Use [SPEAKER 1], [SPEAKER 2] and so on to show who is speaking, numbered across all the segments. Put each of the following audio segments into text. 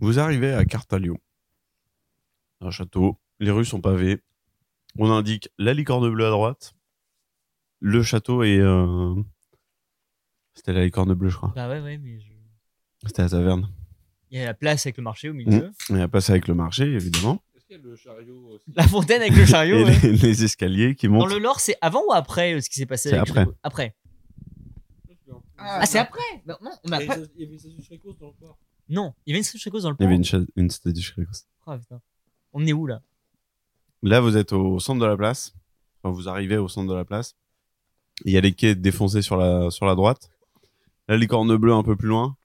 [SPEAKER 1] Vous arrivez à Cartalion, un château. Les rues sont pavées. On indique la licorne bleue à droite. Le château est. euh, C'était la licorne bleue, je crois.
[SPEAKER 2] Bah ouais, ouais, mais je-
[SPEAKER 1] C'était la taverne.
[SPEAKER 2] il y a la place avec le marché au milieu.
[SPEAKER 1] On a passé avec le marché, évidemment.
[SPEAKER 3] Est-ce qu'il y a le chariot aussi
[SPEAKER 2] La fontaine avec le chariot.
[SPEAKER 1] et
[SPEAKER 2] ouais.
[SPEAKER 1] les, les escaliers qui
[SPEAKER 2] Dans
[SPEAKER 1] montent.
[SPEAKER 2] le lore, c'est avant ou après euh, ce qui s'est passé
[SPEAKER 1] C'est
[SPEAKER 2] avec
[SPEAKER 1] après.
[SPEAKER 2] Jacob Après. Ah, c'est après Non, non, on a
[SPEAKER 3] Il y
[SPEAKER 2] pas-
[SPEAKER 3] avait- il y avait Sasu Shrekos dans le corps.
[SPEAKER 2] Non, il y avait une Sasu cause dans le
[SPEAKER 1] Il y avait
[SPEAKER 2] plan.
[SPEAKER 1] une, cha- une statue de Shrek.
[SPEAKER 2] Oh, putain. on est où là
[SPEAKER 1] Là, vous êtes au centre de la place. Enfin, vous arrivez au centre de la place. Il y a les quais défoncés sur la, sur la droite. La licorne bleue un peu plus loin.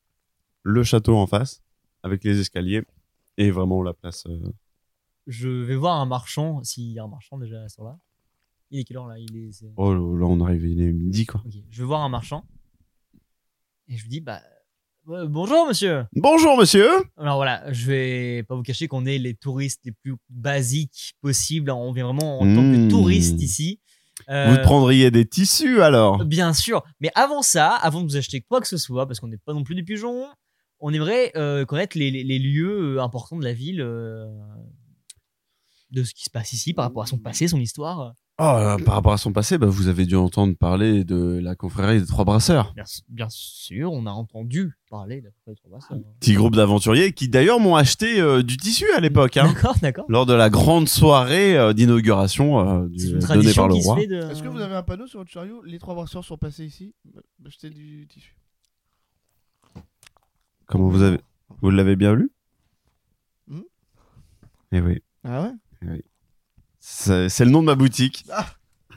[SPEAKER 1] Le château en face, avec les escaliers. Et vraiment la place. euh,
[SPEAKER 2] Je vais voir un marchand, s'il y a un marchand déjà sur là. Il est quelle heure là Il est. c'est-
[SPEAKER 1] Oh, là, on arrive, il est midi, quoi.
[SPEAKER 2] Ok, Je vais voir un marchand. Et je lui dis, bah. euh, bonjour monsieur
[SPEAKER 1] Bonjour, monsieur
[SPEAKER 2] Alors voilà, je vais pas vous cacher qu'on est les touristes les plus basiques possibles. hein. On vient vraiment en tant
[SPEAKER 1] Mmh.
[SPEAKER 2] que touristes ici. Euh,
[SPEAKER 1] Vous prendriez des tissus, alors
[SPEAKER 2] Bien sûr. Mais avant ça, avant de vous acheter quoi que ce soit, parce qu'on n'est pas non plus des pigeons, on aimerait euh, connaître les, les- les lieux euh, importants de la ville, euh, de ce qui se passe ici par rapport à son passé, son histoire.
[SPEAKER 1] Oh, euh, Par rapport à son passé, bah, vous avez dû entendre parler de la confrérie des Trois Brasseurs.
[SPEAKER 2] Bien, s- bien sûr, on a entendu parler de la Trois Brasseurs.
[SPEAKER 1] Petit groupe d'aventuriers qui, d'ailleurs, m'ont acheté euh, du tissu à l'époque. hein.
[SPEAKER 2] D'accord, d'accord.
[SPEAKER 1] lors de la grande soirée euh, d'inauguration euh, du-
[SPEAKER 2] C'est une
[SPEAKER 1] donnée par
[SPEAKER 2] tradition
[SPEAKER 1] le
[SPEAKER 2] qui se
[SPEAKER 1] roi.
[SPEAKER 2] fait de...
[SPEAKER 4] Est-ce que vous avez un panneau sur votre chariot Les trois brasseurs sont passés ici. bah, J'étais du tissu.
[SPEAKER 1] Comment vous avez Vous l'avez bien lu
[SPEAKER 4] Hmm
[SPEAKER 1] Eh oui.
[SPEAKER 4] Ah ouais
[SPEAKER 1] C'est c'est le nom de ma boutique.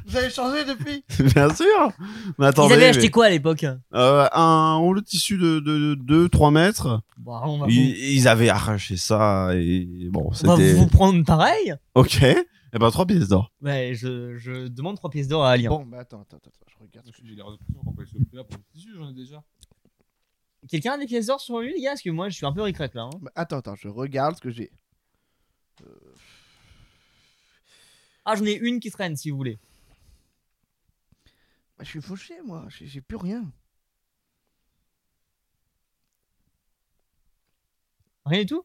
[SPEAKER 4] Vous avez changé depuis
[SPEAKER 1] bien sûr Mais
[SPEAKER 2] Ils
[SPEAKER 1] attendez.
[SPEAKER 2] avaient acheté
[SPEAKER 1] mais-
[SPEAKER 2] quoi à l'époque
[SPEAKER 1] Euh, un rouleau de tissu de 2-3 mètres.
[SPEAKER 2] Ah Bon, on va,
[SPEAKER 1] Ils, ils avaient arraché ça et bon,
[SPEAKER 2] vous, on va
[SPEAKER 1] c'était.
[SPEAKER 2] vous prendre pareil
[SPEAKER 1] Ok. Eh ben, 3 pièces d'or.
[SPEAKER 2] Ouais, je, je demande trois pièces d'or à Alien.
[SPEAKER 4] Bon, bah attends, attends, attends, je regarde.
[SPEAKER 3] Parce que J'ai l'air de toujours quand on va se faire pour le tissu, j'en ai déjà.
[SPEAKER 2] Quelqu'un a des pièces d'or sur lui, les gars Parce que moi, je suis un peu ricrac là. hein.
[SPEAKER 4] Bah, attends, attends, je regarde ce que j'ai.
[SPEAKER 2] Ah, j'en ai une qui traîne, si vous voulez.
[SPEAKER 4] Bah, je suis fauché, moi. J'ai j'ai plus rien.
[SPEAKER 2] Rien du tout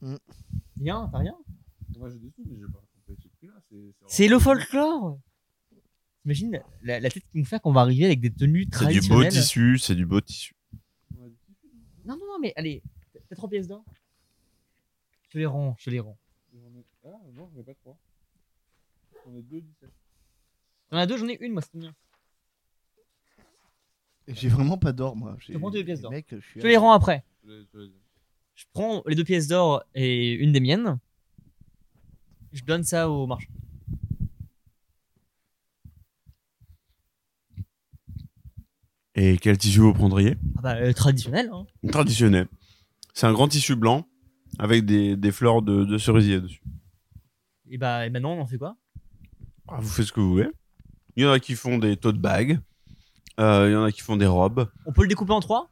[SPEAKER 4] Mm.
[SPEAKER 2] Rien, t'as rien
[SPEAKER 3] Ah, Moi j'ai des sous, mais j'ai pas compris ce prix-là.
[SPEAKER 2] C'est le folklore T'imagines la, la tête qui nous fait qu'on va arriver avec des tenues
[SPEAKER 1] C'est du beau
[SPEAKER 2] traditionnelles
[SPEAKER 1] tissu, c'est du beau tissu.
[SPEAKER 2] Non, non, non, mais allez, t'as- t'as trois pièces d'or Je te les rends, je te les rends.
[SPEAKER 3] Ah non, j'en ai pas trois. On est deux, 17.
[SPEAKER 2] T'en as deux, j'en ai une, moi, c'est bien.
[SPEAKER 4] Et J'ai vraiment pas d'or, moi. J'ai-
[SPEAKER 2] te prends tes pièces d'or.
[SPEAKER 4] Mec, je suis.
[SPEAKER 2] Je te les rends après.
[SPEAKER 3] Je les- je les ai.
[SPEAKER 2] Je prends les deux pièces d'or et une des miennes. Je donne ça au marchand.
[SPEAKER 1] Et quel tissu vous prendriez
[SPEAKER 2] Ah bah, euh, traditionnel, hein.
[SPEAKER 1] Traditionnel. C'est un grand tissu blanc avec des, des fleurs de, de cerisier dessus.
[SPEAKER 2] Et bah, et maintenant, on en fait quoi
[SPEAKER 1] Ah, vous faites ce que vous voulez. Il y en a qui font des tote bags. Euh, il y en a qui font des robes.
[SPEAKER 2] On peut le découper en trois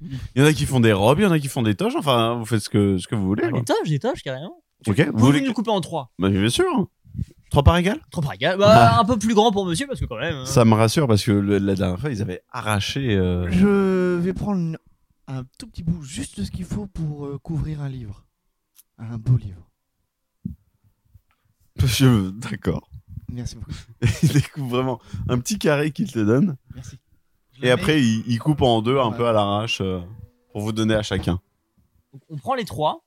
[SPEAKER 1] Il y en a qui font des robes. Il y en a qui font des toches. Enfin, vous faites ce que, ce que vous voulez.
[SPEAKER 2] Ah,
[SPEAKER 1] quoi.
[SPEAKER 2] Des toches, des toches, carrément.
[SPEAKER 1] Ok.
[SPEAKER 2] Vous
[SPEAKER 1] Vous
[SPEAKER 2] pouvez
[SPEAKER 1] voulez
[SPEAKER 2] le couper en trois.
[SPEAKER 1] Bah, bien sûr. Trois par égal
[SPEAKER 2] Trois par égal. Bah, un peu plus grand pour monsieur, parce que quand même. hein.
[SPEAKER 1] Ah. Ça me rassure parce que le- la dernière fois, ils avaient arraché. euh,
[SPEAKER 4] Je vais prendre une- un tout petit bout, juste de ce qu'il faut pour euh, couvrir un livre. Un beau livre.
[SPEAKER 1] je- D'accord.
[SPEAKER 4] Merci beaucoup.
[SPEAKER 1] Il découpe vraiment un petit carré qu'il te donne.
[SPEAKER 4] Merci. Je le
[SPEAKER 1] Et
[SPEAKER 4] mets-
[SPEAKER 1] après, il, il coupe en deux un
[SPEAKER 4] Ouais.
[SPEAKER 1] peu à l'arrache euh, pour vous donner à chacun.
[SPEAKER 2] Donc, on prend les trois.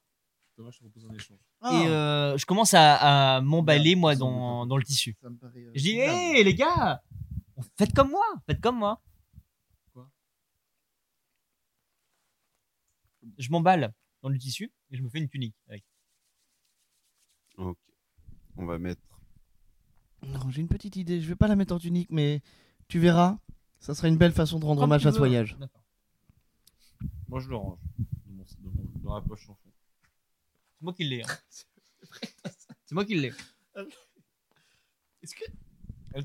[SPEAKER 3] Thomas, je te propose un échange.
[SPEAKER 4] Ah,
[SPEAKER 2] Et euh, je commence à, à m'emballer, moi, dans, dans le tissu.
[SPEAKER 4] ça me paraît, euh,
[SPEAKER 2] Je dis, hé,
[SPEAKER 4] convenable.
[SPEAKER 2] les gars, faites comme moi, faites comme moi.
[SPEAKER 3] Quoi
[SPEAKER 2] Je m'emballe dans le tissu et je me fais une tunique. avec.
[SPEAKER 1] Ok. On va mettre.
[SPEAKER 4] Non, j'ai une petite idée. Je vais pas la mettre en tunique, mais tu verras. Ça sera une belle façon de rendre
[SPEAKER 2] Comme
[SPEAKER 4] hommage
[SPEAKER 2] tu
[SPEAKER 4] à ce
[SPEAKER 2] veux.
[SPEAKER 4] voyage.
[SPEAKER 2] D'accord.
[SPEAKER 3] Moi je le range dans, mon, dans, mon- dans la poche en fond.
[SPEAKER 2] C'est moi qui l'ai. hein. C'est moi qui l'ai.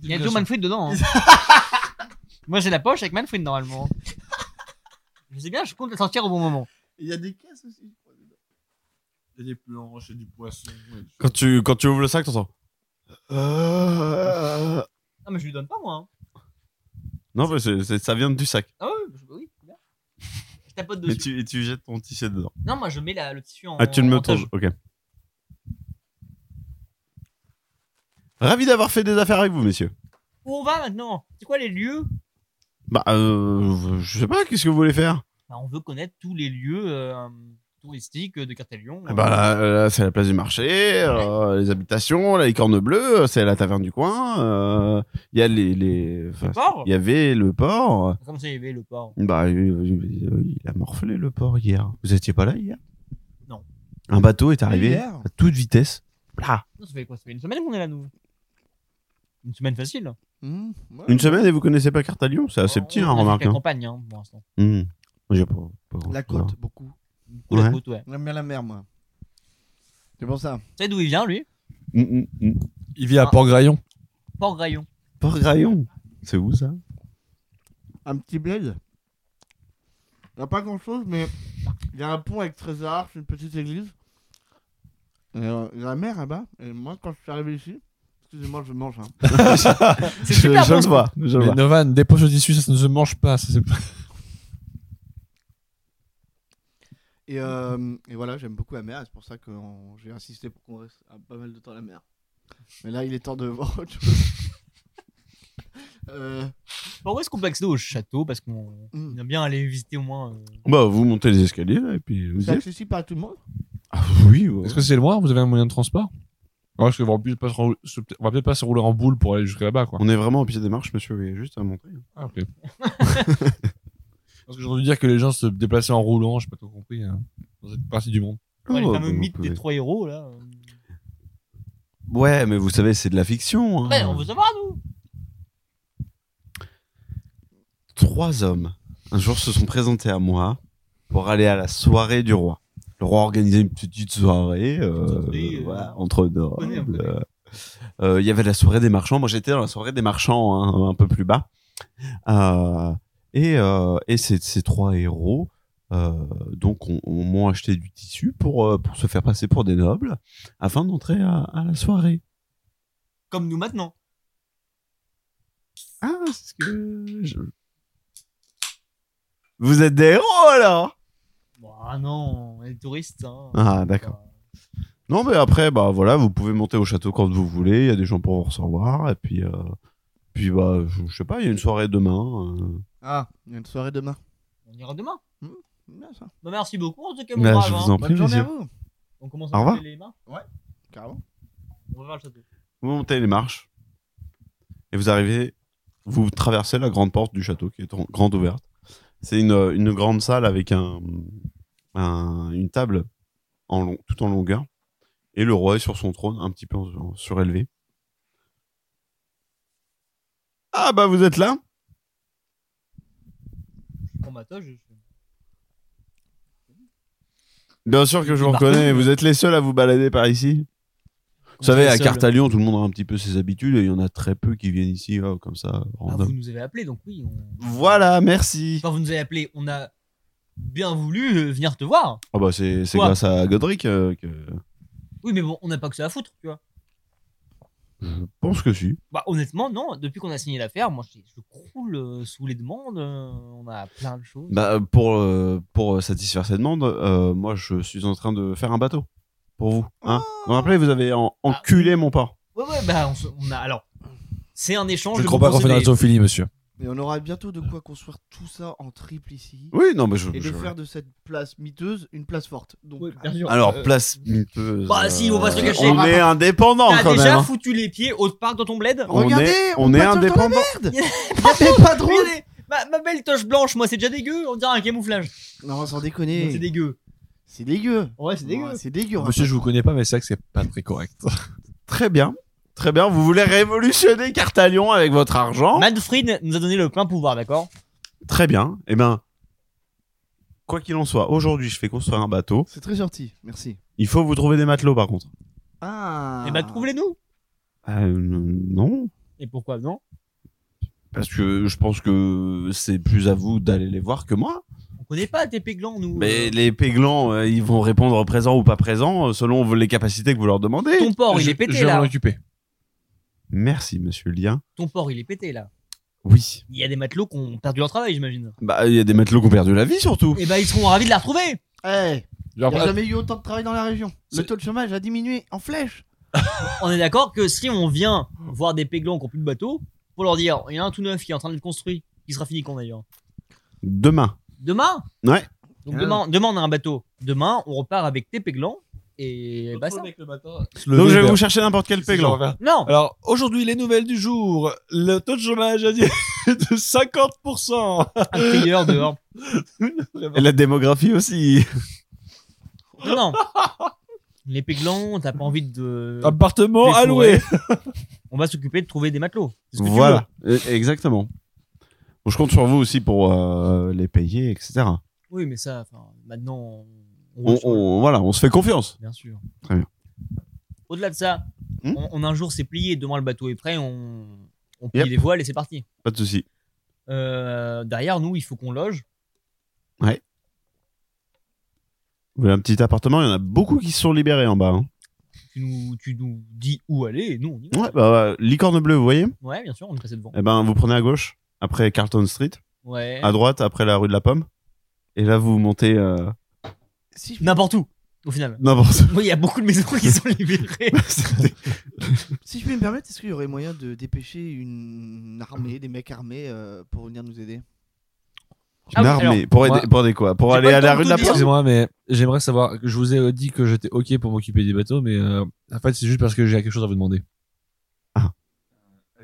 [SPEAKER 2] Il y a Joe Manfred dedans. hein. moi, j'ai la poche avec Manfred normalement. Je sais bien, je compte la sortir au bon moment.
[SPEAKER 4] Il y a des caisses aussi, je crois.
[SPEAKER 3] Il y a des planches, il y a du poisson. il y a du-
[SPEAKER 1] Quand tu, quand tu ouvres le sac, t'entends. Euh,
[SPEAKER 2] Non, mais je lui donne pas moi. hein.
[SPEAKER 1] Non, mais c'est- c'est- ça vient du sac.
[SPEAKER 2] Ah oui, je, oui, c'est bien. je tapote
[SPEAKER 1] Et
[SPEAKER 2] dessus.
[SPEAKER 1] tu, et tu jettes ton t-shirt dedans.
[SPEAKER 2] Non, moi je mets la- le tissu en.
[SPEAKER 1] Ah, tu ne
[SPEAKER 2] en
[SPEAKER 1] me
[SPEAKER 2] toge.
[SPEAKER 1] tournes. Ok. Ravi d'avoir fait des affaires avec vous, messieurs.
[SPEAKER 2] Où on va maintenant C'est quoi les lieux
[SPEAKER 1] Bah, euh, je sais pas, qu'est-ce que vous voulez faire
[SPEAKER 2] Bah, On veut connaître tous les lieux euh, touristiques de Euh, Cartelion.
[SPEAKER 1] Eh Bah, là, là, c'est la place du marché, euh, les habitations, la licorne bleue, c'est la taverne du coin. euh, Il y a les. les... enfin,
[SPEAKER 2] Port
[SPEAKER 1] il y avait le port.
[SPEAKER 2] Comment ça, il y avait le port
[SPEAKER 1] Bah, euh, il a morflé le port hier. Vous étiez pas là hier
[SPEAKER 2] Non.
[SPEAKER 1] Un bateau est arrivé
[SPEAKER 4] Ah, Hier
[SPEAKER 1] à toute vitesse. Là.
[SPEAKER 2] Non, ça fait quoi Ça fait une semaine qu'on est là, nous Une semaine facile.
[SPEAKER 4] Hmm, ouais.
[SPEAKER 1] Une semaine et vous connaissez pas Cartalion Bah, C'est assez
[SPEAKER 2] On-
[SPEAKER 1] petit,
[SPEAKER 2] on
[SPEAKER 1] hein,
[SPEAKER 2] a fait
[SPEAKER 1] remarque.
[SPEAKER 2] qu'à
[SPEAKER 1] hein.
[SPEAKER 2] campagne, hein, pour l'instant.
[SPEAKER 1] Hmm. J'ai pas- pas grand-chose à
[SPEAKER 4] La
[SPEAKER 1] voir.
[SPEAKER 4] côte, beaucoup.
[SPEAKER 2] Beaucoup la
[SPEAKER 1] Ouais.
[SPEAKER 2] côte, ouais.
[SPEAKER 4] J'aime bien la mer, moi. C'est pour ça.
[SPEAKER 2] Tu sais d'où il vient, lui
[SPEAKER 1] Mm, mm, mm.
[SPEAKER 5] Il vit à
[SPEAKER 2] Ah.
[SPEAKER 5] Port-Graillon.
[SPEAKER 2] Port Graillon.
[SPEAKER 1] Port-Graillon. C'est où ça
[SPEAKER 4] Un petit bled. Il n'y a pas grand chose, mais il y a un pont avec Trésor, c'est une petite église. Et, euh, il y a la mer là-bas. Et moi, quand je suis arrivé ici, excusez-moi, je mange. hein.
[SPEAKER 2] C'est
[SPEAKER 1] Je-
[SPEAKER 2] super
[SPEAKER 1] je
[SPEAKER 2] bon,
[SPEAKER 1] le
[SPEAKER 2] ce
[SPEAKER 1] vois. je le
[SPEAKER 5] Mais
[SPEAKER 1] vois.
[SPEAKER 5] Novan, des poches de tissu, ça ne se mange pas. ça, c'est pas-
[SPEAKER 4] Et, euh, et voilà, j'aime beaucoup la mer. et C'est pour ça que on- j'ai insisté pour qu'on reste à pas mal de temps à la mer. Mais là, il est temps de voir autre chose. Euh,
[SPEAKER 2] Pourquoi est-ce qu'on peut accéder au château Parce qu'on
[SPEAKER 4] hmm.
[SPEAKER 2] on aime bien aller visiter au moins. euh,
[SPEAKER 1] Bah, vous montez les escaliers là, et puis vous
[SPEAKER 4] C'est
[SPEAKER 1] y êtes.
[SPEAKER 4] accessible par tout le monde
[SPEAKER 1] Ah, oui, ouais.
[SPEAKER 5] Est-ce que c'est loin Vous avez un moyen de transport Ouais, parce qu'on va peut-être pas, se rou- se- on va peut-être pas se rouler en boule pour aller jusqu'à là-bas, quoi.
[SPEAKER 1] On est vraiment au pied des marches, monsieur. Vous avez juste à monter.
[SPEAKER 5] Ah, ok. parce que j'ai entendu dire que les gens se déplaçaient en roulant, j'ai pas tout compris, hein, dans cette partie du monde.
[SPEAKER 2] ouais,
[SPEAKER 1] Oh,
[SPEAKER 2] les fameux
[SPEAKER 1] bah, vous
[SPEAKER 2] mythes
[SPEAKER 1] pouvez. Ah.
[SPEAKER 2] des trois héros, là. euh.
[SPEAKER 1] Ouais, mais vous savez, c'est de la fiction. hein.
[SPEAKER 2] Ouais, on veut savoir, nous
[SPEAKER 1] Trois hommes, un jour, se sont présentés à moi pour aller à la soirée du roi. Le roi organisait une petite soirée euh,
[SPEAKER 2] Attendez, euh,
[SPEAKER 1] voilà, entre
[SPEAKER 2] connaît, on
[SPEAKER 1] nobles.
[SPEAKER 2] connaît.
[SPEAKER 1] euh. Euh, Il y avait la soirée des marchands. Moi, j'étais dans la soirée des marchands, hein, un peu plus bas. Euh, et euh, et ces, ces trois héros, euh, donc, on, on m'ont acheté du tissu pour, euh, pour se faire passer pour des nobles afin d'entrer à, à la soirée.
[SPEAKER 2] Comme nous maintenant.
[SPEAKER 1] Ah, c'est ce que. je- Vous êtes des héros alors
[SPEAKER 2] Bon, Ah non, on est touristes. Hein.
[SPEAKER 1] Ah, d'accord. Non, mais après, bah voilà, vous pouvez monter au château quand vous voulez, il y a des gens pour vous recevoir, et puis. euh, Puis, bah, je, je sais pas, il y a une soirée demain. euh.
[SPEAKER 4] Ah, il y a une soirée demain.
[SPEAKER 2] Bah, On ira demain.
[SPEAKER 4] Bien ça.
[SPEAKER 2] Bah, merci beaucoup, en tout cas, mon
[SPEAKER 1] Bah,
[SPEAKER 2] brave.
[SPEAKER 1] je vous
[SPEAKER 2] hein.
[SPEAKER 1] en prie,
[SPEAKER 4] Bonne journée à
[SPEAKER 1] messieurs.
[SPEAKER 4] vous.
[SPEAKER 2] On commence
[SPEAKER 1] Au
[SPEAKER 2] à
[SPEAKER 1] revoir.
[SPEAKER 2] se les mains.
[SPEAKER 4] Carrément.
[SPEAKER 2] On va voir le château.
[SPEAKER 1] Vous montez les marches, et vous arrivez, vous traversez la grande porte du château qui est en- grande ouverte. C'est une, euh, une grande salle avec un, un- une table en long, tout en longueur, et le roi est sur son trône, un petit peu en- en- surélevé. Ah bah vous êtes là
[SPEAKER 2] Je prends ma toge. bah, je-
[SPEAKER 1] Bien sûr que je vous
[SPEAKER 2] Par
[SPEAKER 1] reconnais,
[SPEAKER 2] contre-
[SPEAKER 1] vous êtes les seuls à vous balader par ici. Vous savez,
[SPEAKER 2] Comme
[SPEAKER 1] à
[SPEAKER 2] ça, seul.
[SPEAKER 1] Cartalion, tout le monde a un petit peu ses habitudes, et il y en a très peu qui viennent ici, oh, comme ça,
[SPEAKER 2] Ah,
[SPEAKER 1] random.
[SPEAKER 2] vous nous avez appelé, donc oui. on-
[SPEAKER 1] Voilà, merci
[SPEAKER 2] Enfin, vous nous avez appelé, on a bien voulu euh, venir te voir.
[SPEAKER 1] Ah bah c'est c'est
[SPEAKER 2] Quoi
[SPEAKER 1] grâce à Godric euh, que...
[SPEAKER 2] Oui, mais bon, on n'a pas que ça à foutre, tu vois.
[SPEAKER 1] Je pense que si.
[SPEAKER 2] Bah, honnêtement, non. Depuis qu'on a signé l'affaire, moi, je, je croule euh, sous les demandes. euh, on a plein de choses.
[SPEAKER 1] Bah, pour, euh, pour satisfaire cette demande, euh, moi je suis en train de faire un bateau. Pour vous. Hein
[SPEAKER 2] Ah.
[SPEAKER 1] vous vous rappelez, vous avez en- enculé mon port.
[SPEAKER 2] Ouais, ouais, bah, on, se- on a. Alors, c'est un échange.
[SPEAKER 5] Je ne
[SPEAKER 2] de
[SPEAKER 5] crois pas qu'on fait
[SPEAKER 2] procédés.
[SPEAKER 5] la monsieur.
[SPEAKER 4] Et on aura bientôt de quoi construire tout ça en triple ici.
[SPEAKER 1] Oui, non mais je...
[SPEAKER 4] Et de
[SPEAKER 1] je-
[SPEAKER 4] faire de cette place miteuse une place forte. Donc,
[SPEAKER 2] Ouais, bien sûr.
[SPEAKER 1] Alors,
[SPEAKER 2] Euh,
[SPEAKER 1] place miteuse.
[SPEAKER 2] Bah, si, on va se
[SPEAKER 1] euh,
[SPEAKER 2] cacher. Ah.
[SPEAKER 1] On est indépendant
[SPEAKER 2] T'as
[SPEAKER 1] quand
[SPEAKER 2] déjà
[SPEAKER 1] même. hein.
[SPEAKER 2] foutu les pieds au parc dans ton bled Oh,
[SPEAKER 1] On
[SPEAKER 4] ah, Regardez,
[SPEAKER 1] est-
[SPEAKER 4] on
[SPEAKER 1] on est
[SPEAKER 4] patine dans la
[SPEAKER 1] indépendant.
[SPEAKER 4] c'est pas drôle
[SPEAKER 2] Regardez, ma, ma belle toche blanche, moi, c'est déjà dégueu. On dirait un camouflage.
[SPEAKER 4] Non, sans
[SPEAKER 2] Non,
[SPEAKER 4] déconner.
[SPEAKER 2] C'est dégueu.
[SPEAKER 4] C'est dégueu.
[SPEAKER 2] Ouais, c'est dégueu.
[SPEAKER 4] Ouais, C'est dégueu. hein. on va
[SPEAKER 5] Monsieur,
[SPEAKER 4] pas-
[SPEAKER 5] je vous connais pas, mais c'est vrai que c'est pas très correct.
[SPEAKER 1] Très bien. Très bien. Vous voulez révolutionner Cartalion avec votre
[SPEAKER 4] Oh.
[SPEAKER 1] argent
[SPEAKER 2] Manfred nous a donné le plein pouvoir, d'accord
[SPEAKER 1] Très bien. Eh ben, quoi qu'il en soit, aujourd'hui je fais construire un bateau.
[SPEAKER 4] C'est très gentil, merci.
[SPEAKER 1] Il faut vous trouver des matelots par contre.
[SPEAKER 4] Ah
[SPEAKER 2] Eh bah, trouvez-les-nous.
[SPEAKER 1] Euh, non.
[SPEAKER 2] Et pourquoi non
[SPEAKER 1] Parce que je pense que c'est plus à vous d'aller les voir que moi.
[SPEAKER 2] On connaît pas tes péglans, nous.
[SPEAKER 1] Mais
[SPEAKER 2] Euh,
[SPEAKER 1] les péglans, euh, ils vont répondre présent ou pas présent euh, selon les capacités que vous leur demandez.
[SPEAKER 2] Ton port, il
[SPEAKER 5] Je-
[SPEAKER 2] est pété,
[SPEAKER 5] Je vais
[SPEAKER 2] là.
[SPEAKER 5] m'en occuper.
[SPEAKER 1] Merci, monsieur Lien.
[SPEAKER 2] Ton port, il est pété, là.
[SPEAKER 1] Oui.
[SPEAKER 2] Il y a des matelots qui ont perdu leur travail, j'imagine.
[SPEAKER 1] Bah, il y a des matelots qui ont perdu la vie surtout.
[SPEAKER 2] Et bah, ils seront ravis de la retrouver.
[SPEAKER 4] Eh,
[SPEAKER 5] Genre,
[SPEAKER 4] il n'y a
[SPEAKER 5] bah,
[SPEAKER 4] jamais eu autant de travail dans la région. Le
[SPEAKER 5] C'est-
[SPEAKER 4] taux de chômage a diminué en flèche.
[SPEAKER 2] On est d'accord que si on vient voir des péglans qui ont plus de bateau, pour leur dire, il y en a un tout neuf qui est en train d'être construit, qui sera fini quand d'ailleurs
[SPEAKER 1] Demain.
[SPEAKER 2] Demain
[SPEAKER 1] Ouais.
[SPEAKER 2] Donc
[SPEAKER 4] Ah.
[SPEAKER 2] demain, demain, on a un bateau. Demain, on repart avec tes péglans et bah ça.
[SPEAKER 3] mec le matin.
[SPEAKER 5] se lever
[SPEAKER 1] Donc je vais
[SPEAKER 5] vers-
[SPEAKER 1] vous chercher n'importe quel péglan.
[SPEAKER 2] Non
[SPEAKER 5] Alors, aujourd'hui, les nouvelles du jour. Le taux de chômage a dit de 50%.
[SPEAKER 2] Un crieur dehors.
[SPEAKER 1] Et la démographie aussi.
[SPEAKER 2] Non, non. Les péglans, t'as pas envie de.
[SPEAKER 4] Ah,
[SPEAKER 5] Appartement
[SPEAKER 2] Des
[SPEAKER 5] Oh, alloué.
[SPEAKER 2] On va s'occuper de trouver des matelots. C'est ce que tu
[SPEAKER 1] Voilà. Euh, Exactement. Bon, je compte sur vous aussi pour euh, les payer, etc.
[SPEAKER 2] veux. Oui, mais ça, enfin, maintenant, on, on roule
[SPEAKER 1] On,
[SPEAKER 2] sur le-
[SPEAKER 1] on- voilà, on se fait confiance.
[SPEAKER 2] Bien sûr.
[SPEAKER 1] Oh, Très bien.
[SPEAKER 2] Au-delà de ça,
[SPEAKER 1] Hmm
[SPEAKER 2] on, on a un jour c'est plié, demain le bateau est prêt, on, on plie
[SPEAKER 1] Yep.
[SPEAKER 2] les voiles et c'est parti.
[SPEAKER 1] Pas de souci.
[SPEAKER 2] Euh, derrière nous, il faut qu'on loge.
[SPEAKER 1] Vous voulez un petit appartement, il y en a beaucoup qui se sont libérés en bas. hein.
[SPEAKER 2] Tu nous, tu nous dis où aller et nous on y va.
[SPEAKER 1] Ouais, bah, ouais, licorne bleue, vous voyez
[SPEAKER 2] Ouais, bien sûr, on est passé devant.
[SPEAKER 1] Eh ben, vous prenez à gauche, après Carlton Street,
[SPEAKER 2] Ouais.
[SPEAKER 1] à droite, après la rue de la Pomme. Et là, vous montez euh,
[SPEAKER 4] Si je,
[SPEAKER 2] N'importe où, au final.
[SPEAKER 1] n'importe
[SPEAKER 2] Moi, il y a beaucoup de maisons qui sont libérées.
[SPEAKER 4] si je puis me permettre, est-ce qu'il y aurait moyen de dépêcher une armée, des mecs armés euh, pour venir nous aider
[SPEAKER 2] Ah oui,
[SPEAKER 1] Une armée.
[SPEAKER 2] alors,
[SPEAKER 1] pour, aider-
[SPEAKER 5] moi-
[SPEAKER 1] pour aider quoi Pour
[SPEAKER 2] J'ai
[SPEAKER 1] aller
[SPEAKER 2] pas
[SPEAKER 1] à
[SPEAKER 2] le
[SPEAKER 1] la
[SPEAKER 2] temps
[SPEAKER 1] rue de
[SPEAKER 2] de
[SPEAKER 1] la
[SPEAKER 2] tout dire.
[SPEAKER 1] Pomme
[SPEAKER 5] Excusez-moi, mais j'aimerais savoir. Je vous ai dit que j'étais OK pour m'occuper des bateaux, mais euh, en fait, c'est juste parce que j'ai quelque chose à vous demander.
[SPEAKER 1] Ah.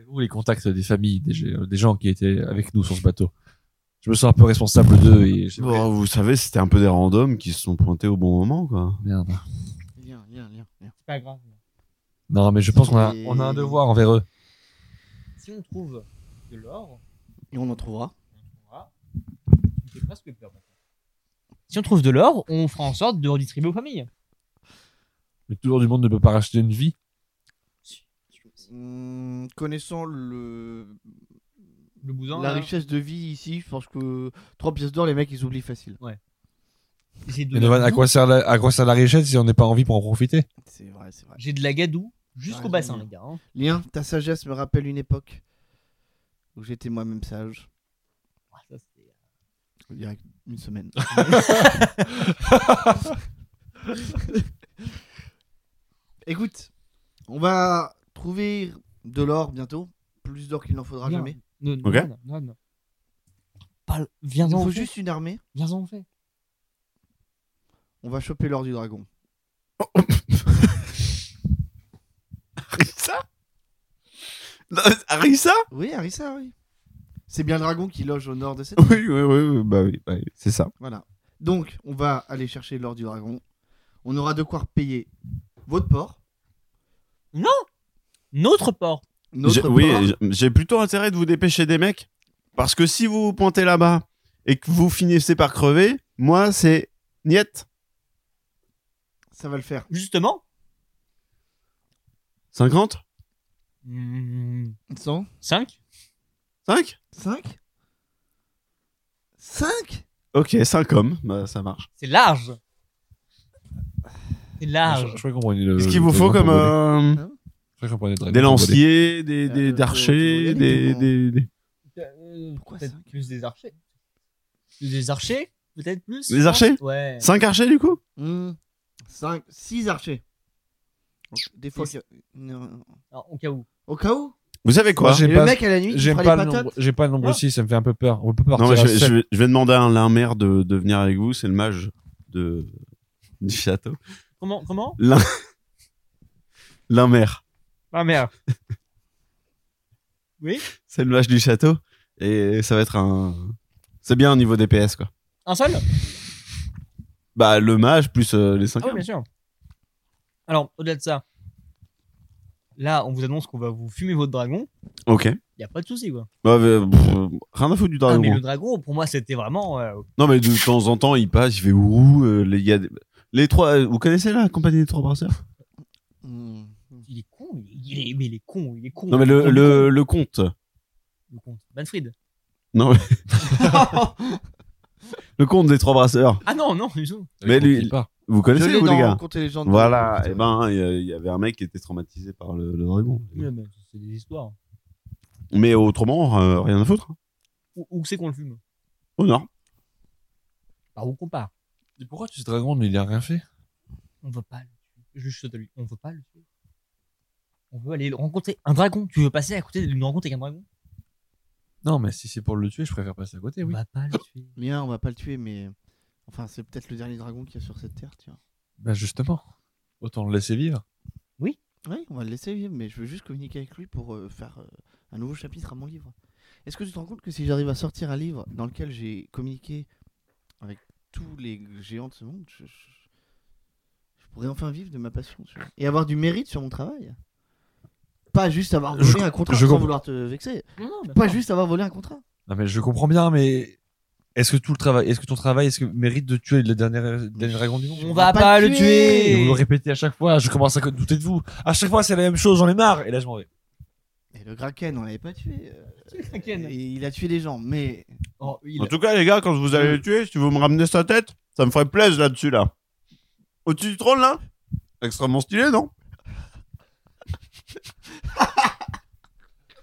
[SPEAKER 5] Vous, les contacts des familles, des, ge- des gens qui étaient avec nous sur ce bateau. Je me sens un peu responsable d'eux et j'ai-
[SPEAKER 1] Bon, vous savez, c'était un peu des randoms qui se sont pointés au bon moment, quoi.
[SPEAKER 5] Merde.
[SPEAKER 4] Viens, viens, viens. viens.
[SPEAKER 2] C'est pas grave.
[SPEAKER 5] Non, mais je pense qu'on a, on a un devoir envers eux.
[SPEAKER 2] Si on trouve de l'or,
[SPEAKER 4] Et on en trouvera.
[SPEAKER 2] Si on trouve de l'or, on fera en sorte de redistribuer aux familles.
[SPEAKER 5] Mais toujours du monde ne peut pas racheter une vie.
[SPEAKER 4] Hmm, connaissant le...
[SPEAKER 2] Le bousin, euh,
[SPEAKER 4] la
[SPEAKER 2] là,
[SPEAKER 4] richesse de vie ici, je pense que 3 pièces d'or, les mecs, ils oublient facile.
[SPEAKER 2] j'ai de
[SPEAKER 5] Et
[SPEAKER 2] la
[SPEAKER 5] Donovan, à
[SPEAKER 2] gadoue.
[SPEAKER 5] quoi sert la, à quoi sert la richesse si on n'est pas envie pour en profiter
[SPEAKER 4] C'est vrai, c'est vrai.
[SPEAKER 2] J'ai de la gadoue jusqu'au
[SPEAKER 4] Ouais,
[SPEAKER 2] bassin,
[SPEAKER 4] j'aime
[SPEAKER 2] les gars. hein.
[SPEAKER 4] Lien, ta sagesse me rappelle une époque où j'étais moi-même sage.
[SPEAKER 2] Ouais, ça, c'est-
[SPEAKER 4] Il y a une semaine. Écoute, on va trouver de l'or bientôt. Plus d'or qu'il n'en faudra
[SPEAKER 2] Bien.
[SPEAKER 4] jamais.
[SPEAKER 2] euh, Non,
[SPEAKER 1] Ok.
[SPEAKER 2] non, non, non. Parle-
[SPEAKER 4] Il
[SPEAKER 2] Viens-en,
[SPEAKER 4] faut
[SPEAKER 2] on fait.
[SPEAKER 4] juste une armée.
[SPEAKER 2] Viens-en, on fait.
[SPEAKER 4] On va choper l'or du dragon.
[SPEAKER 1] Arisa Non, Arisa
[SPEAKER 4] Oui, Arissa, oui. C'est bien le dragon qui loge au nord de cette.
[SPEAKER 1] oui, oui, oui, oui, bah oui, bah oui, c'est ça.
[SPEAKER 4] Voilà. Donc, on va aller chercher l'or du dragon. On aura de quoi payer votre port.
[SPEAKER 2] Notre port.
[SPEAKER 4] Notre
[SPEAKER 1] J'ai-
[SPEAKER 4] port.
[SPEAKER 1] oui, euh, j'ai- j'ai plutôt intérêt de vous dépêcher des mecs, parce que si vous vous pointez là-bas et que vous finissez par crever, moi, c'est Niette.
[SPEAKER 4] Ça va le faire.
[SPEAKER 2] Justement.
[SPEAKER 1] 50
[SPEAKER 2] Hmm.
[SPEAKER 4] 100
[SPEAKER 2] 5
[SPEAKER 1] 5
[SPEAKER 4] 5 5
[SPEAKER 1] Ok, 5 hommes, bah ça marche.
[SPEAKER 2] C'est large. C'est
[SPEAKER 5] Je,
[SPEAKER 2] large.
[SPEAKER 5] je crois qu'on prenait le-
[SPEAKER 1] Qu'est-ce Ah. qu'il
[SPEAKER 5] le
[SPEAKER 1] vous faut
[SPEAKER 5] dragon
[SPEAKER 1] comme...
[SPEAKER 5] pour voler.
[SPEAKER 1] euh,
[SPEAKER 5] Je crois qu'on prenait le dragon
[SPEAKER 1] des
[SPEAKER 5] pour voler.
[SPEAKER 1] lanciers, des,
[SPEAKER 4] Euh,
[SPEAKER 1] des,
[SPEAKER 4] faut-
[SPEAKER 1] archers,
[SPEAKER 4] faut-
[SPEAKER 1] des...
[SPEAKER 4] faut-
[SPEAKER 1] des- des-
[SPEAKER 4] Pourquoi
[SPEAKER 2] Euh, Peut-être
[SPEAKER 4] cinq
[SPEAKER 2] plus des archers. Plus des archers Peut-être plus
[SPEAKER 1] Des
[SPEAKER 2] je
[SPEAKER 1] archers
[SPEAKER 2] pense. Ouais.
[SPEAKER 1] 5 archers du coup
[SPEAKER 4] Hmm. 5 6 archers. Donc, Des fois,
[SPEAKER 2] Six.
[SPEAKER 4] qu'il y a- euh, non.
[SPEAKER 2] Alors, au cas où.
[SPEAKER 4] au cas où,
[SPEAKER 1] Vous savez quoi Hein
[SPEAKER 5] Moi, j'ai
[SPEAKER 4] et le
[SPEAKER 5] pas-
[SPEAKER 4] mec à la nuit, il
[SPEAKER 5] J'aime
[SPEAKER 4] fera
[SPEAKER 5] pas,
[SPEAKER 4] les
[SPEAKER 5] le nombre-
[SPEAKER 4] patates.
[SPEAKER 5] j'ai pas le nombre
[SPEAKER 2] Ah.
[SPEAKER 5] 6, ça me fait un peu peur. On peut pas
[SPEAKER 1] Non, mais
[SPEAKER 5] partir
[SPEAKER 1] je,
[SPEAKER 5] à
[SPEAKER 1] vais-
[SPEAKER 5] sept.
[SPEAKER 1] je vais- je vais demander à l'un maire de, de venir avec vous, c'est le mage de, du château.
[SPEAKER 2] Comment Comment
[SPEAKER 1] L'un maire,
[SPEAKER 2] Ma mère.
[SPEAKER 1] c'est le mage du château. Et ça va être un. C'est bien au niveau des PS quoi.
[SPEAKER 2] Un seul
[SPEAKER 1] Bah, le mage plus euh, les 5
[SPEAKER 2] Ah oui, bien sûr. Alors, au-delà de ça, là, on vous annonce qu'on va vous fumer votre dragon.
[SPEAKER 1] Ok.
[SPEAKER 2] Y a pas de souci, quoi.
[SPEAKER 1] Bah, bah, pff, rien à foutre du
[SPEAKER 2] Ah,
[SPEAKER 1] dragon. hein.
[SPEAKER 2] mais le dragon, pour moi, c'était vraiment. euh,
[SPEAKER 1] Non, mais de temps en temps, il passe, il fait ouh. euh, les, il y a des- les trois. euh, Vous connaissez la compagnie des trois brasseurs
[SPEAKER 4] Hmm.
[SPEAKER 2] il est con, il est- il est, mais il est con, il est con.
[SPEAKER 1] Non, mais le, le, le comte.
[SPEAKER 2] Le con. Manfred.
[SPEAKER 1] Non, le comte des trois brasseurs.
[SPEAKER 2] Ah non, non, du tout.
[SPEAKER 1] Mais lui-
[SPEAKER 5] Il part.
[SPEAKER 1] Vous
[SPEAKER 4] Je
[SPEAKER 1] connaissez,
[SPEAKER 4] l'ai
[SPEAKER 1] vous, les
[SPEAKER 4] dans
[SPEAKER 1] gars
[SPEAKER 4] Conter les gens. de-
[SPEAKER 1] Voilà,
[SPEAKER 5] eh
[SPEAKER 1] Eh ben,
[SPEAKER 4] Putain.
[SPEAKER 1] et ben il y, a- il y avait un mec qui était traumatisé par le, le dragon.
[SPEAKER 2] Ouais, mais C'est des histoires.
[SPEAKER 1] Mais autrement, euh, rien à foutre.
[SPEAKER 2] Où, où c'est qu'on le fume
[SPEAKER 1] Au nord.
[SPEAKER 2] Par où qu'on part
[SPEAKER 5] Et pourquoi tu sais dragon, il a rien fait
[SPEAKER 2] On veut pas le tuer. Juste de lui. On veut pas le tuer. On veut aller le rencontrer. Un dragon. Tu veux passer à côté d'une rencontre avec un dragon
[SPEAKER 5] Non, mais si c'est pour le tuer, je préfère passer à côté, Eh oui.
[SPEAKER 2] On va pas le tuer.
[SPEAKER 4] Bien, on va pas le tuer, mais. Enfin, c'est peut-être le dernier dragon qu'il y a sur cette terre, tu vois.
[SPEAKER 5] Bah justement, autant le laisser vivre.
[SPEAKER 4] Oui, on va le laisser vivre, mais je veux juste communiquer avec lui pour euh, faire euh, un nouveau chapitre à mon livre. Est-ce que tu te rends compte que si j'arrive à sortir un livre dans lequel j'ai communiqué avec tous les géants de ce monde, je, je- je pourrais enfin vivre de ma passion tu vois, et avoir du mérite sur mon travail Pas juste avoir volé
[SPEAKER 5] Je
[SPEAKER 4] un contrat
[SPEAKER 5] je
[SPEAKER 4] sans
[SPEAKER 5] comprends.
[SPEAKER 4] vouloir te vexer.
[SPEAKER 2] Non, non,
[SPEAKER 4] Pas juste avoir volé un contrat.
[SPEAKER 5] Non mais je comprends bien, mais est-ce que tout le travail, est-ce que ton travail, est-ce que mérite de tuer le dernier, le dernier dragon du monde
[SPEAKER 2] On va pas le tuer.
[SPEAKER 5] Et vous le répétez à chaque fois, je commence à douter de vous. À chaque fois, c'est la même chose, j'en ai marre. Et là, je m'en vais.
[SPEAKER 4] Et le Kraken, on l'avait pas tué. euh,
[SPEAKER 2] Kraken.
[SPEAKER 4] et il a tué des gens, mais
[SPEAKER 2] Oh, il-
[SPEAKER 1] En tout cas, les gars, quand vous allez le tuer, si vous me ramenez sa tête, ça me ferait plaisir là-dessus, là. Au-dessus du trône, là Extrêmement stylé, non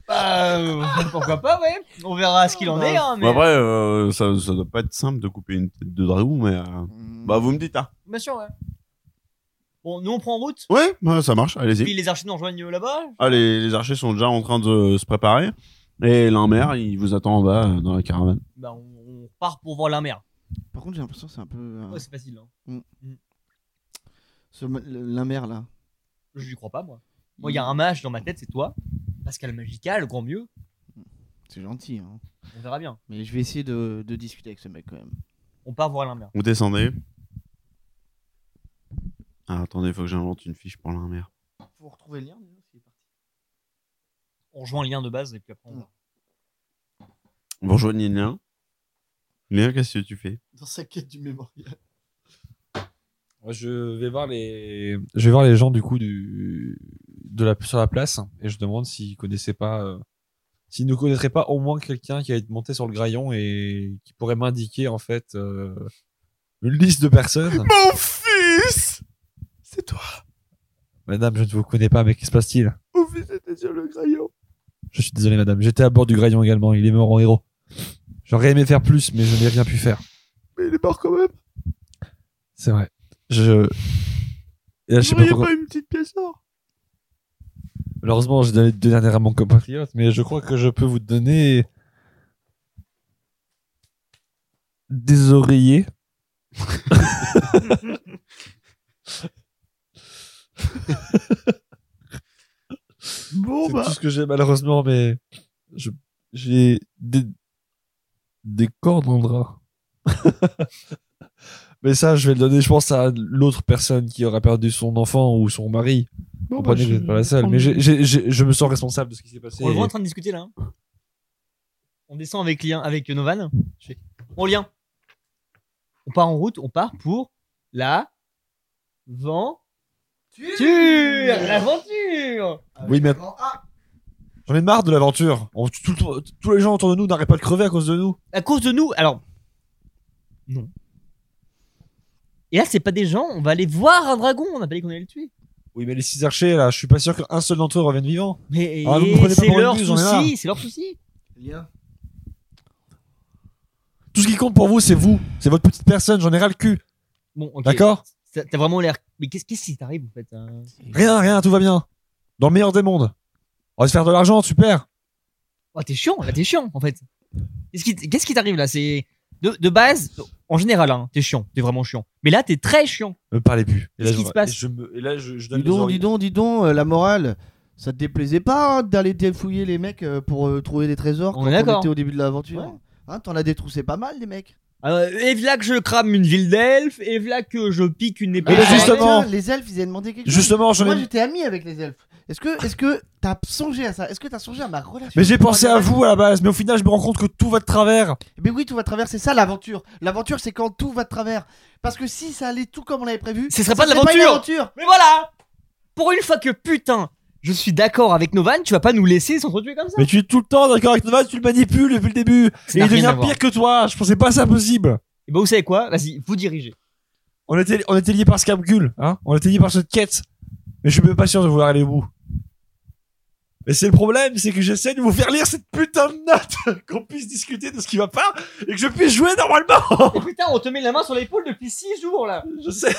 [SPEAKER 2] Bah, euh, pourquoi pas, ouais. On verra ce qu'il en est. Hein, mais...
[SPEAKER 1] Bon, Après, euh, ça, ça doit pas être simple de couper une tête de dragon, mais... euh,
[SPEAKER 4] mm,
[SPEAKER 1] Bah, vous me dites, hein.
[SPEAKER 2] Bien sûr, ouais. Bon, nous on prend en route.
[SPEAKER 1] Ouais, bah, ça marche, allez-y.
[SPEAKER 2] Puis les archers nous rejoignent euh, là-bas.
[SPEAKER 1] Ah, les, les archers sont déjà en train de se préparer. Et l'un-mère, il vous attend en bas, euh, dans la caravane.
[SPEAKER 2] Bah, on, on part pour voir la mer.
[SPEAKER 4] par contre j'ai l'impression que c'est un peu euh,
[SPEAKER 2] Ouais, c'est facile. Hein.
[SPEAKER 4] ce- la mer là.
[SPEAKER 2] Je lui crois pas, moi. Moi, il y a un mage dans ma tête, c'est toi. Pascal Magica, le grand mieux.
[SPEAKER 4] C'est gentil, hein.
[SPEAKER 2] On verra bien.
[SPEAKER 4] Mais je vais essayer de, de discuter avec ce mec quand même.
[SPEAKER 2] On part voir la mer.
[SPEAKER 1] Vous descendez. Ah, attendez, faut que j'invente une fiche pour l'un-mère.
[SPEAKER 4] Faut retrouver le lien déjà, s'il est parti.
[SPEAKER 2] On rejoint le lien de base et puis après on va.
[SPEAKER 1] Vous rejoignez Lien. Lien, qu'est-ce que tu fais
[SPEAKER 4] Dans sa quête du mémorial.
[SPEAKER 5] Moi, je vais voir les, je vais voir les gens du coup du, de la sur la place et je demande s'ils connaissaient pas, euh, s'ils ne connaîtraient pas au moins quelqu'un qui a été monté sur le graillon et qui pourrait m'indiquer en fait euh, une liste de personnes.
[SPEAKER 1] Mon fils C'est toi
[SPEAKER 5] Madame, je ne vous connais pas, mais qu'est-ce qui se passe-t-il
[SPEAKER 1] Mon fils était sur le crayon
[SPEAKER 5] Je suis désolé, madame. J'étais à bord du Graillon également. Il est mort en héros. J'aurais aimé faire plus, mais je n'ai rien pu faire.
[SPEAKER 1] Mais il est mort quand même
[SPEAKER 5] C'est vrai. Je. Et là, je sais pas pourquoi-
[SPEAKER 1] une petite pièce d'or
[SPEAKER 5] Malheureusement, j'ai donné deux dernières à mon compatriote, mais je crois que je peux vous donner. Des oreillers.
[SPEAKER 1] Bon
[SPEAKER 2] Oh
[SPEAKER 5] C'est
[SPEAKER 2] bah.
[SPEAKER 6] bah.
[SPEAKER 5] tout ce que j'ai, malheureusement, mais. je- J'ai des. Des cordes en drap. mais ça, je vais le donner, je pense, à l'autre personne qui aura perdu son enfant ou son mari.
[SPEAKER 1] bon,
[SPEAKER 2] bah,
[SPEAKER 5] comprenez que vous n'êtes pas la seule, mais j'ai- j'ai- j'ai- je me sens responsable de ce qui s'est passé.
[SPEAKER 2] On le voit en train de discuter là. hein. On descend avec lien, avec Novan. Je fais, On lien. On part en route. On part pour la venture. L'aventure.
[SPEAKER 5] Oui, mais- J'en ai marre de l'aventure. On- tout le temps- Tous les gens autour de nous n'arrêtent pas de crever à cause de nous.
[SPEAKER 2] À cause de nous. Alors. Non. Et là, c'est pas des gens. On va aller voir un dragon. On a pas dit qu'on allait le tuer.
[SPEAKER 5] Oui, mais les six archers, là, je suis pas sûr qu'un seul d'entre eux revienne vivant.
[SPEAKER 2] Mais
[SPEAKER 5] Ah, vous me prenez pas
[SPEAKER 2] c'est
[SPEAKER 5] pour une
[SPEAKER 2] leur
[SPEAKER 5] buse, on est là.
[SPEAKER 2] souci. C'est leur souci.
[SPEAKER 4] Lien.
[SPEAKER 5] Tout ce qui compte pour vous, c'est vous. C'est votre petite personne, j'en ai ras le cul.
[SPEAKER 2] Bon, ok.
[SPEAKER 5] D'accord
[SPEAKER 2] T'as t'as vraiment l'air. Mais qu'est-ce qu'est-ce qui t'arrive en fait hein
[SPEAKER 5] Rien, rien, tout va bien. Dans le meilleur des mondes. On va se faire de l'argent, super.
[SPEAKER 2] Oh, t'es chiant, là, t'es chiant, en fait. Qu'est-ce qui t- qu'est-ce qui t'arrive, là C'est de, de base, en général, hein, t'es chiant, t'es vraiment chiant. Mais là, t'es très chiant.
[SPEAKER 5] Me parlez plus. Et là,
[SPEAKER 2] Qu'est-ce
[SPEAKER 5] je-
[SPEAKER 2] qui se passe
[SPEAKER 5] et je me- et là, je, je donne
[SPEAKER 4] Dis
[SPEAKER 5] les
[SPEAKER 4] donc,
[SPEAKER 5] oreilles.
[SPEAKER 4] dis donc, dis donc, euh, la morale. Ça te déplaisait pas hein, d'aller défouiller les mecs euh, pour euh, trouver des trésors
[SPEAKER 2] On
[SPEAKER 4] quand
[SPEAKER 2] est
[SPEAKER 4] on
[SPEAKER 2] d'accord.
[SPEAKER 4] était au début de l'aventure
[SPEAKER 2] Ouais.
[SPEAKER 4] Hein, T'en as détroussé pas mal, les mecs.
[SPEAKER 2] Euh, et voilà que je crame une ville d'elfes, et voilà que je pique une épée.
[SPEAKER 5] Mais
[SPEAKER 2] d'arc.
[SPEAKER 5] justement-
[SPEAKER 4] tiens, Ah, les elfes, ils avaient demandé quelque chose.
[SPEAKER 5] Justement, j'en
[SPEAKER 4] Moi,
[SPEAKER 5] ai.
[SPEAKER 4] j'étais ami avec les elfes. Est-ce que, est-ce que t'as songé à ça Est-ce que t'as songé à ma relation
[SPEAKER 5] Mais j'ai pensé à
[SPEAKER 4] avec-
[SPEAKER 5] vous à la base, mais au final, je me rends compte que tout va de travers.
[SPEAKER 4] Mais oui, tout va de travers, c'est ça l'aventure. L'aventure, c'est quand tout va de travers. Parce que si ça allait tout comme on l'avait prévu,
[SPEAKER 2] Ce serait pas de
[SPEAKER 4] ça serait une
[SPEAKER 2] l'aventure.
[SPEAKER 4] aventure.
[SPEAKER 2] Mais voilà Pour une fois que, putain, je suis d'accord avec Novan, tu vas pas nous laisser s'entretuer comme ça.
[SPEAKER 5] Mais tu es tout le temps d'accord avec Nova, tu le manipules depuis le début.
[SPEAKER 2] Ça
[SPEAKER 5] Et
[SPEAKER 2] n'a rien
[SPEAKER 5] il
[SPEAKER 2] à
[SPEAKER 5] devient
[SPEAKER 2] voir.
[SPEAKER 5] pire que toi. Je pensais pas ça possible.
[SPEAKER 2] Et bah, vous savez quoi Vas-y, vous dirigez.
[SPEAKER 5] On était, on était liés par ce calcul, hein. On était liés par cette quête. Mais je suis même pas sûr de vouloir aller au bout. Mais c'est le problème, c'est que j'essaie de vous faire lire cette putain de note, qu'on puisse discuter de ce qui va pas et que je puisse jouer normalement.
[SPEAKER 2] Et putain, on te met la main sur l'épaule depuis 6 jours là.
[SPEAKER 5] Je sais.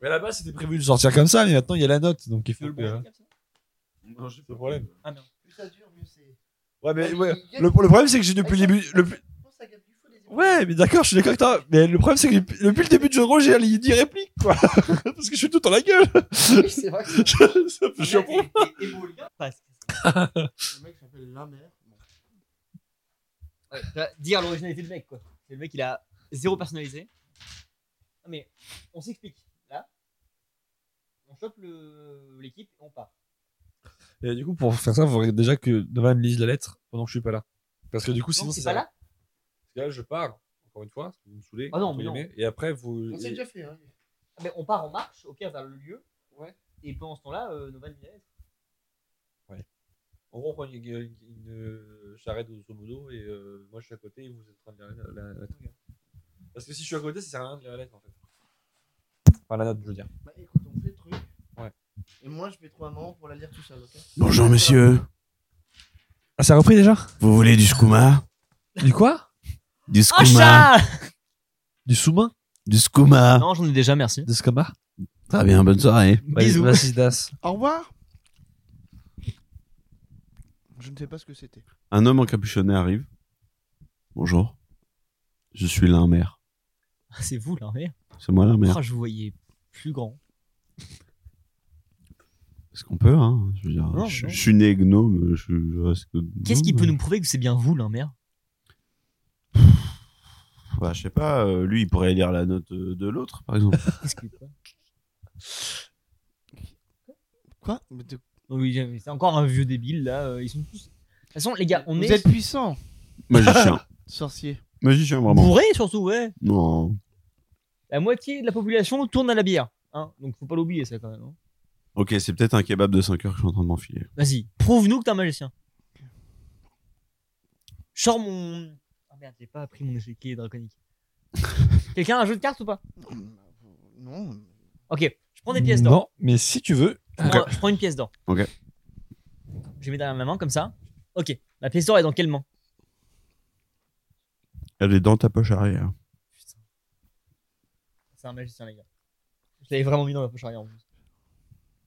[SPEAKER 5] Mais là-bas, c'était prévu de sortir comme ça, mais maintenant il y a la note, donc il faut que. Non, j'ai pas de problème.
[SPEAKER 6] Plus ça dure, mieux c'est.
[SPEAKER 5] Ouais, mais ouais. Le, le problème, c'est que j'ai depuis le début. Le, plus-
[SPEAKER 6] Je pense que ça gagne plus fou les
[SPEAKER 5] ouais, mais d'accord, je suis d'accord avec toi. Mais le problème, c'est que depuis, depuis le début du jeu de rôle, j'ai les 10 répliques, quoi. Parce que je suis tout en la gueule.
[SPEAKER 6] émotions. C'est vrai que c'est-
[SPEAKER 5] Je- je- je-
[SPEAKER 2] Et Éolien passe.
[SPEAKER 4] Le mec s'appelle la mère.
[SPEAKER 2] Ouais, t'as- dire l'originalité du mec quoi. C'est le mec il a zéro personnalisé. Non mais on s'explique. Là, on chope le- l'équipe et on part.
[SPEAKER 5] Et du coup, pour faire ça, il faudrait déjà que Donovan lise la lettre pendant que je suis pas là. Parce que du coup, sinon,
[SPEAKER 2] c'est
[SPEAKER 5] ça-
[SPEAKER 2] pas là.
[SPEAKER 5] Parce que là, je pars, encore une fois, parce que vous me saoulez.
[SPEAKER 2] Ah non,
[SPEAKER 5] entre
[SPEAKER 2] mais non.
[SPEAKER 5] guillemets, Et après, vous.
[SPEAKER 6] On s'est déjà fait, hein.
[SPEAKER 2] Ah, Mais on part en marche, au pire vers le lieu. Ouais. Et pendant ce temps-là, euh, Novan il est-
[SPEAKER 5] En gros, on prend une, une- une charrette grosso modo, et euh, moi je suis à côté et vous êtes en train de lire la, la- la lettre. Parce que si je suis à côté, ça sert à rien de lire la lettre en fait. Enfin, la note, je veux dire.
[SPEAKER 6] Bah écoute, on fait le truc.
[SPEAKER 5] Ouais.
[SPEAKER 6] Et moi, je vais trouver un moment pour la lire tout seul, ok
[SPEAKER 1] Bonjour monsieur,
[SPEAKER 5] Ah, ça a repris déjà
[SPEAKER 1] vous voulez du skouma
[SPEAKER 5] Du quoi
[SPEAKER 1] Du
[SPEAKER 2] Un
[SPEAKER 1] skouma
[SPEAKER 5] Du sous-main
[SPEAKER 1] Du skouma
[SPEAKER 2] Non, j'en ai déjà, merci.
[SPEAKER 5] De Scamar
[SPEAKER 1] Très bien, bonne soirée.
[SPEAKER 2] Bisous.
[SPEAKER 5] Bah, Vas-y, Das.
[SPEAKER 4] Au revoir. Je ne sais pas ce que c'était.
[SPEAKER 1] Un homme encapuchonné arrive. Bonjour, je suis l'armère.
[SPEAKER 2] C'est vous là, merde.
[SPEAKER 1] C'est moi l'armère.
[SPEAKER 2] Oh, je vous voyais plus grand.
[SPEAKER 1] Est-ce qu'on peut, hein Je veux dire,
[SPEAKER 2] Non,
[SPEAKER 1] je,
[SPEAKER 2] non.
[SPEAKER 1] je suis né gnome, je, je reste que-
[SPEAKER 2] Qu'est-ce qui
[SPEAKER 1] gnome.
[SPEAKER 2] peut nous prouver que c'est bien vous, merde
[SPEAKER 1] Bah, je sais pas, euh, lui, il pourrait lire la note euh, de l'autre, par exemple.
[SPEAKER 2] Qu'est-ce que quoi
[SPEAKER 4] Quoi Mais de-
[SPEAKER 2] Oui, j'ai- c'est encore un vieux débile là. euh, Ils sont tous. De toute façon, les gars, on
[SPEAKER 4] Vous
[SPEAKER 2] est
[SPEAKER 4] êtes puissant,
[SPEAKER 1] Magicien.
[SPEAKER 4] sorcier.
[SPEAKER 1] Magicien, vraiment.
[SPEAKER 2] bourrés surtout, ouais.
[SPEAKER 1] Non.
[SPEAKER 2] La moitié de la population tourne à la bière. Hein Donc faut pas l'oublier ça quand même. hein.
[SPEAKER 1] Ok, c'est peut-être un kebab de 5 heures que je suis en train de m'enfiler.
[SPEAKER 2] Vas-y, prouve-nous que t'es un magicien. Je Sors mon. Ah merde, j'ai pas pris mon échiquier draconique. Quelqu'un a un jeu de cartes ou pas
[SPEAKER 4] Non.
[SPEAKER 2] Ok, je prends des pièces d'or.
[SPEAKER 5] mais si tu veux.
[SPEAKER 2] Je prends- Je prends une pièce d'or.
[SPEAKER 1] Ok.
[SPEAKER 2] Je mets derrière ma main comme ça. Ok, la pièce d'or est dans quelle main
[SPEAKER 1] Elle est dans ta poche arrière.
[SPEAKER 2] C'est un magicien, les gars. Je l'avais vraiment mis dans la poche arrière en plus.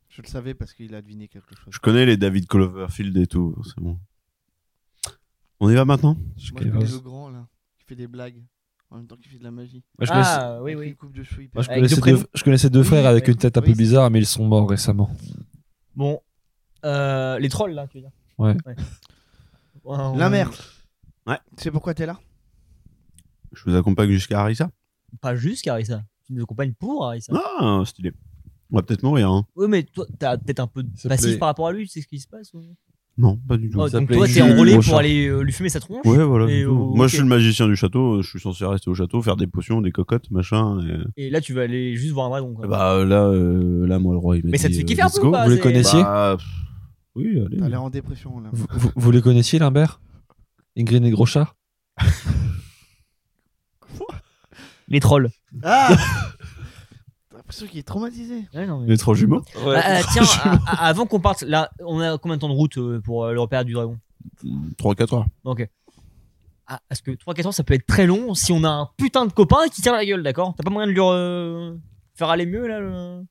[SPEAKER 4] Je le savais parce qu'il a deviné quelque chose.
[SPEAKER 1] Je connais les David Cloverfield et tout, c'est bon. On y va maintenant
[SPEAKER 4] Moi, je connais le grand là, qui fait des blagues en même temps qu'il fait de la magie.
[SPEAKER 2] Ah, oui,
[SPEAKER 4] Il fait
[SPEAKER 2] oui.
[SPEAKER 4] Une coupe de cheveux hyper.
[SPEAKER 5] Moi, je,
[SPEAKER 2] Avec deux
[SPEAKER 5] connaissais deux,
[SPEAKER 2] prénoms.
[SPEAKER 5] je connaissais deux
[SPEAKER 4] Oui,
[SPEAKER 5] frères avec
[SPEAKER 4] oui.
[SPEAKER 5] une tête un
[SPEAKER 4] Oui,
[SPEAKER 5] peu
[SPEAKER 4] c'est-
[SPEAKER 5] bizarre, mais ils sont morts récemment.
[SPEAKER 2] Bon, euh, les trolls là, tu veux dire
[SPEAKER 5] Ouais.
[SPEAKER 2] Ouais, on-
[SPEAKER 4] La mère.
[SPEAKER 1] Ouais.
[SPEAKER 4] C'est pourquoi t'es là
[SPEAKER 1] Je vous accompagne jusqu'à Harissa
[SPEAKER 2] Pas juste Carissa. Tu nous accompagnes pour Carissa.
[SPEAKER 1] Ah, stylé. On va peut-être mourir, hein
[SPEAKER 2] Oui, mais toi, t'as peut-être un peu de
[SPEAKER 5] Ça
[SPEAKER 2] passif
[SPEAKER 5] plaît.
[SPEAKER 2] par rapport à lui, tu sais ce qui se passe ou...
[SPEAKER 1] Non, pas du tout.
[SPEAKER 2] Oh,
[SPEAKER 5] ça
[SPEAKER 2] Donc
[SPEAKER 5] plaît.
[SPEAKER 2] toi, t'es
[SPEAKER 5] Jules
[SPEAKER 2] enrôlé
[SPEAKER 5] Brochard.
[SPEAKER 2] pour aller euh, lui fumer sa tronche
[SPEAKER 1] Ouais, voilà.
[SPEAKER 2] Et
[SPEAKER 1] du tout.
[SPEAKER 2] oh,
[SPEAKER 1] Moi,
[SPEAKER 2] ok.
[SPEAKER 1] je suis le magicien du château. Je suis censé rester au château, faire des potions, des cocottes, machin. et-
[SPEAKER 2] Et là, tu vas aller juste voir un dragon. Quoi.
[SPEAKER 1] Bah euh, là, euh, là, moi, le roi, il m'a
[SPEAKER 2] mais ça te
[SPEAKER 1] dit,
[SPEAKER 2] fait
[SPEAKER 1] euh,
[SPEAKER 2] kiffer un
[SPEAKER 1] let's
[SPEAKER 2] peu
[SPEAKER 1] go.
[SPEAKER 2] ou pas
[SPEAKER 5] vous les
[SPEAKER 2] c'est-
[SPEAKER 5] connaissez Ici
[SPEAKER 1] Bah, pff, Oui, allez.
[SPEAKER 4] T'as l'air en dépression là.
[SPEAKER 5] Vous, vous- vous les connaissiez, Limbert Ingrid et Groschard
[SPEAKER 2] Les trolls.
[SPEAKER 4] Ah T'as l'impression qu'il est traumatisé.
[SPEAKER 2] Ouais, non, mais-
[SPEAKER 1] Les trois jumeaux
[SPEAKER 5] Ouais.
[SPEAKER 2] Ah, ah, tiens, ah, ah, avant qu'on parte, là, on a combien de temps de route euh, pour euh, le repère du dragon Mm.
[SPEAKER 1] 3-4 heures.
[SPEAKER 2] Ok. Ah, parce que 3-4 ans, ça peut être très long si on a un putain de copain qui tient la gueule, d'accord T'as pas moyen de lui euh, faire aller mieux là le-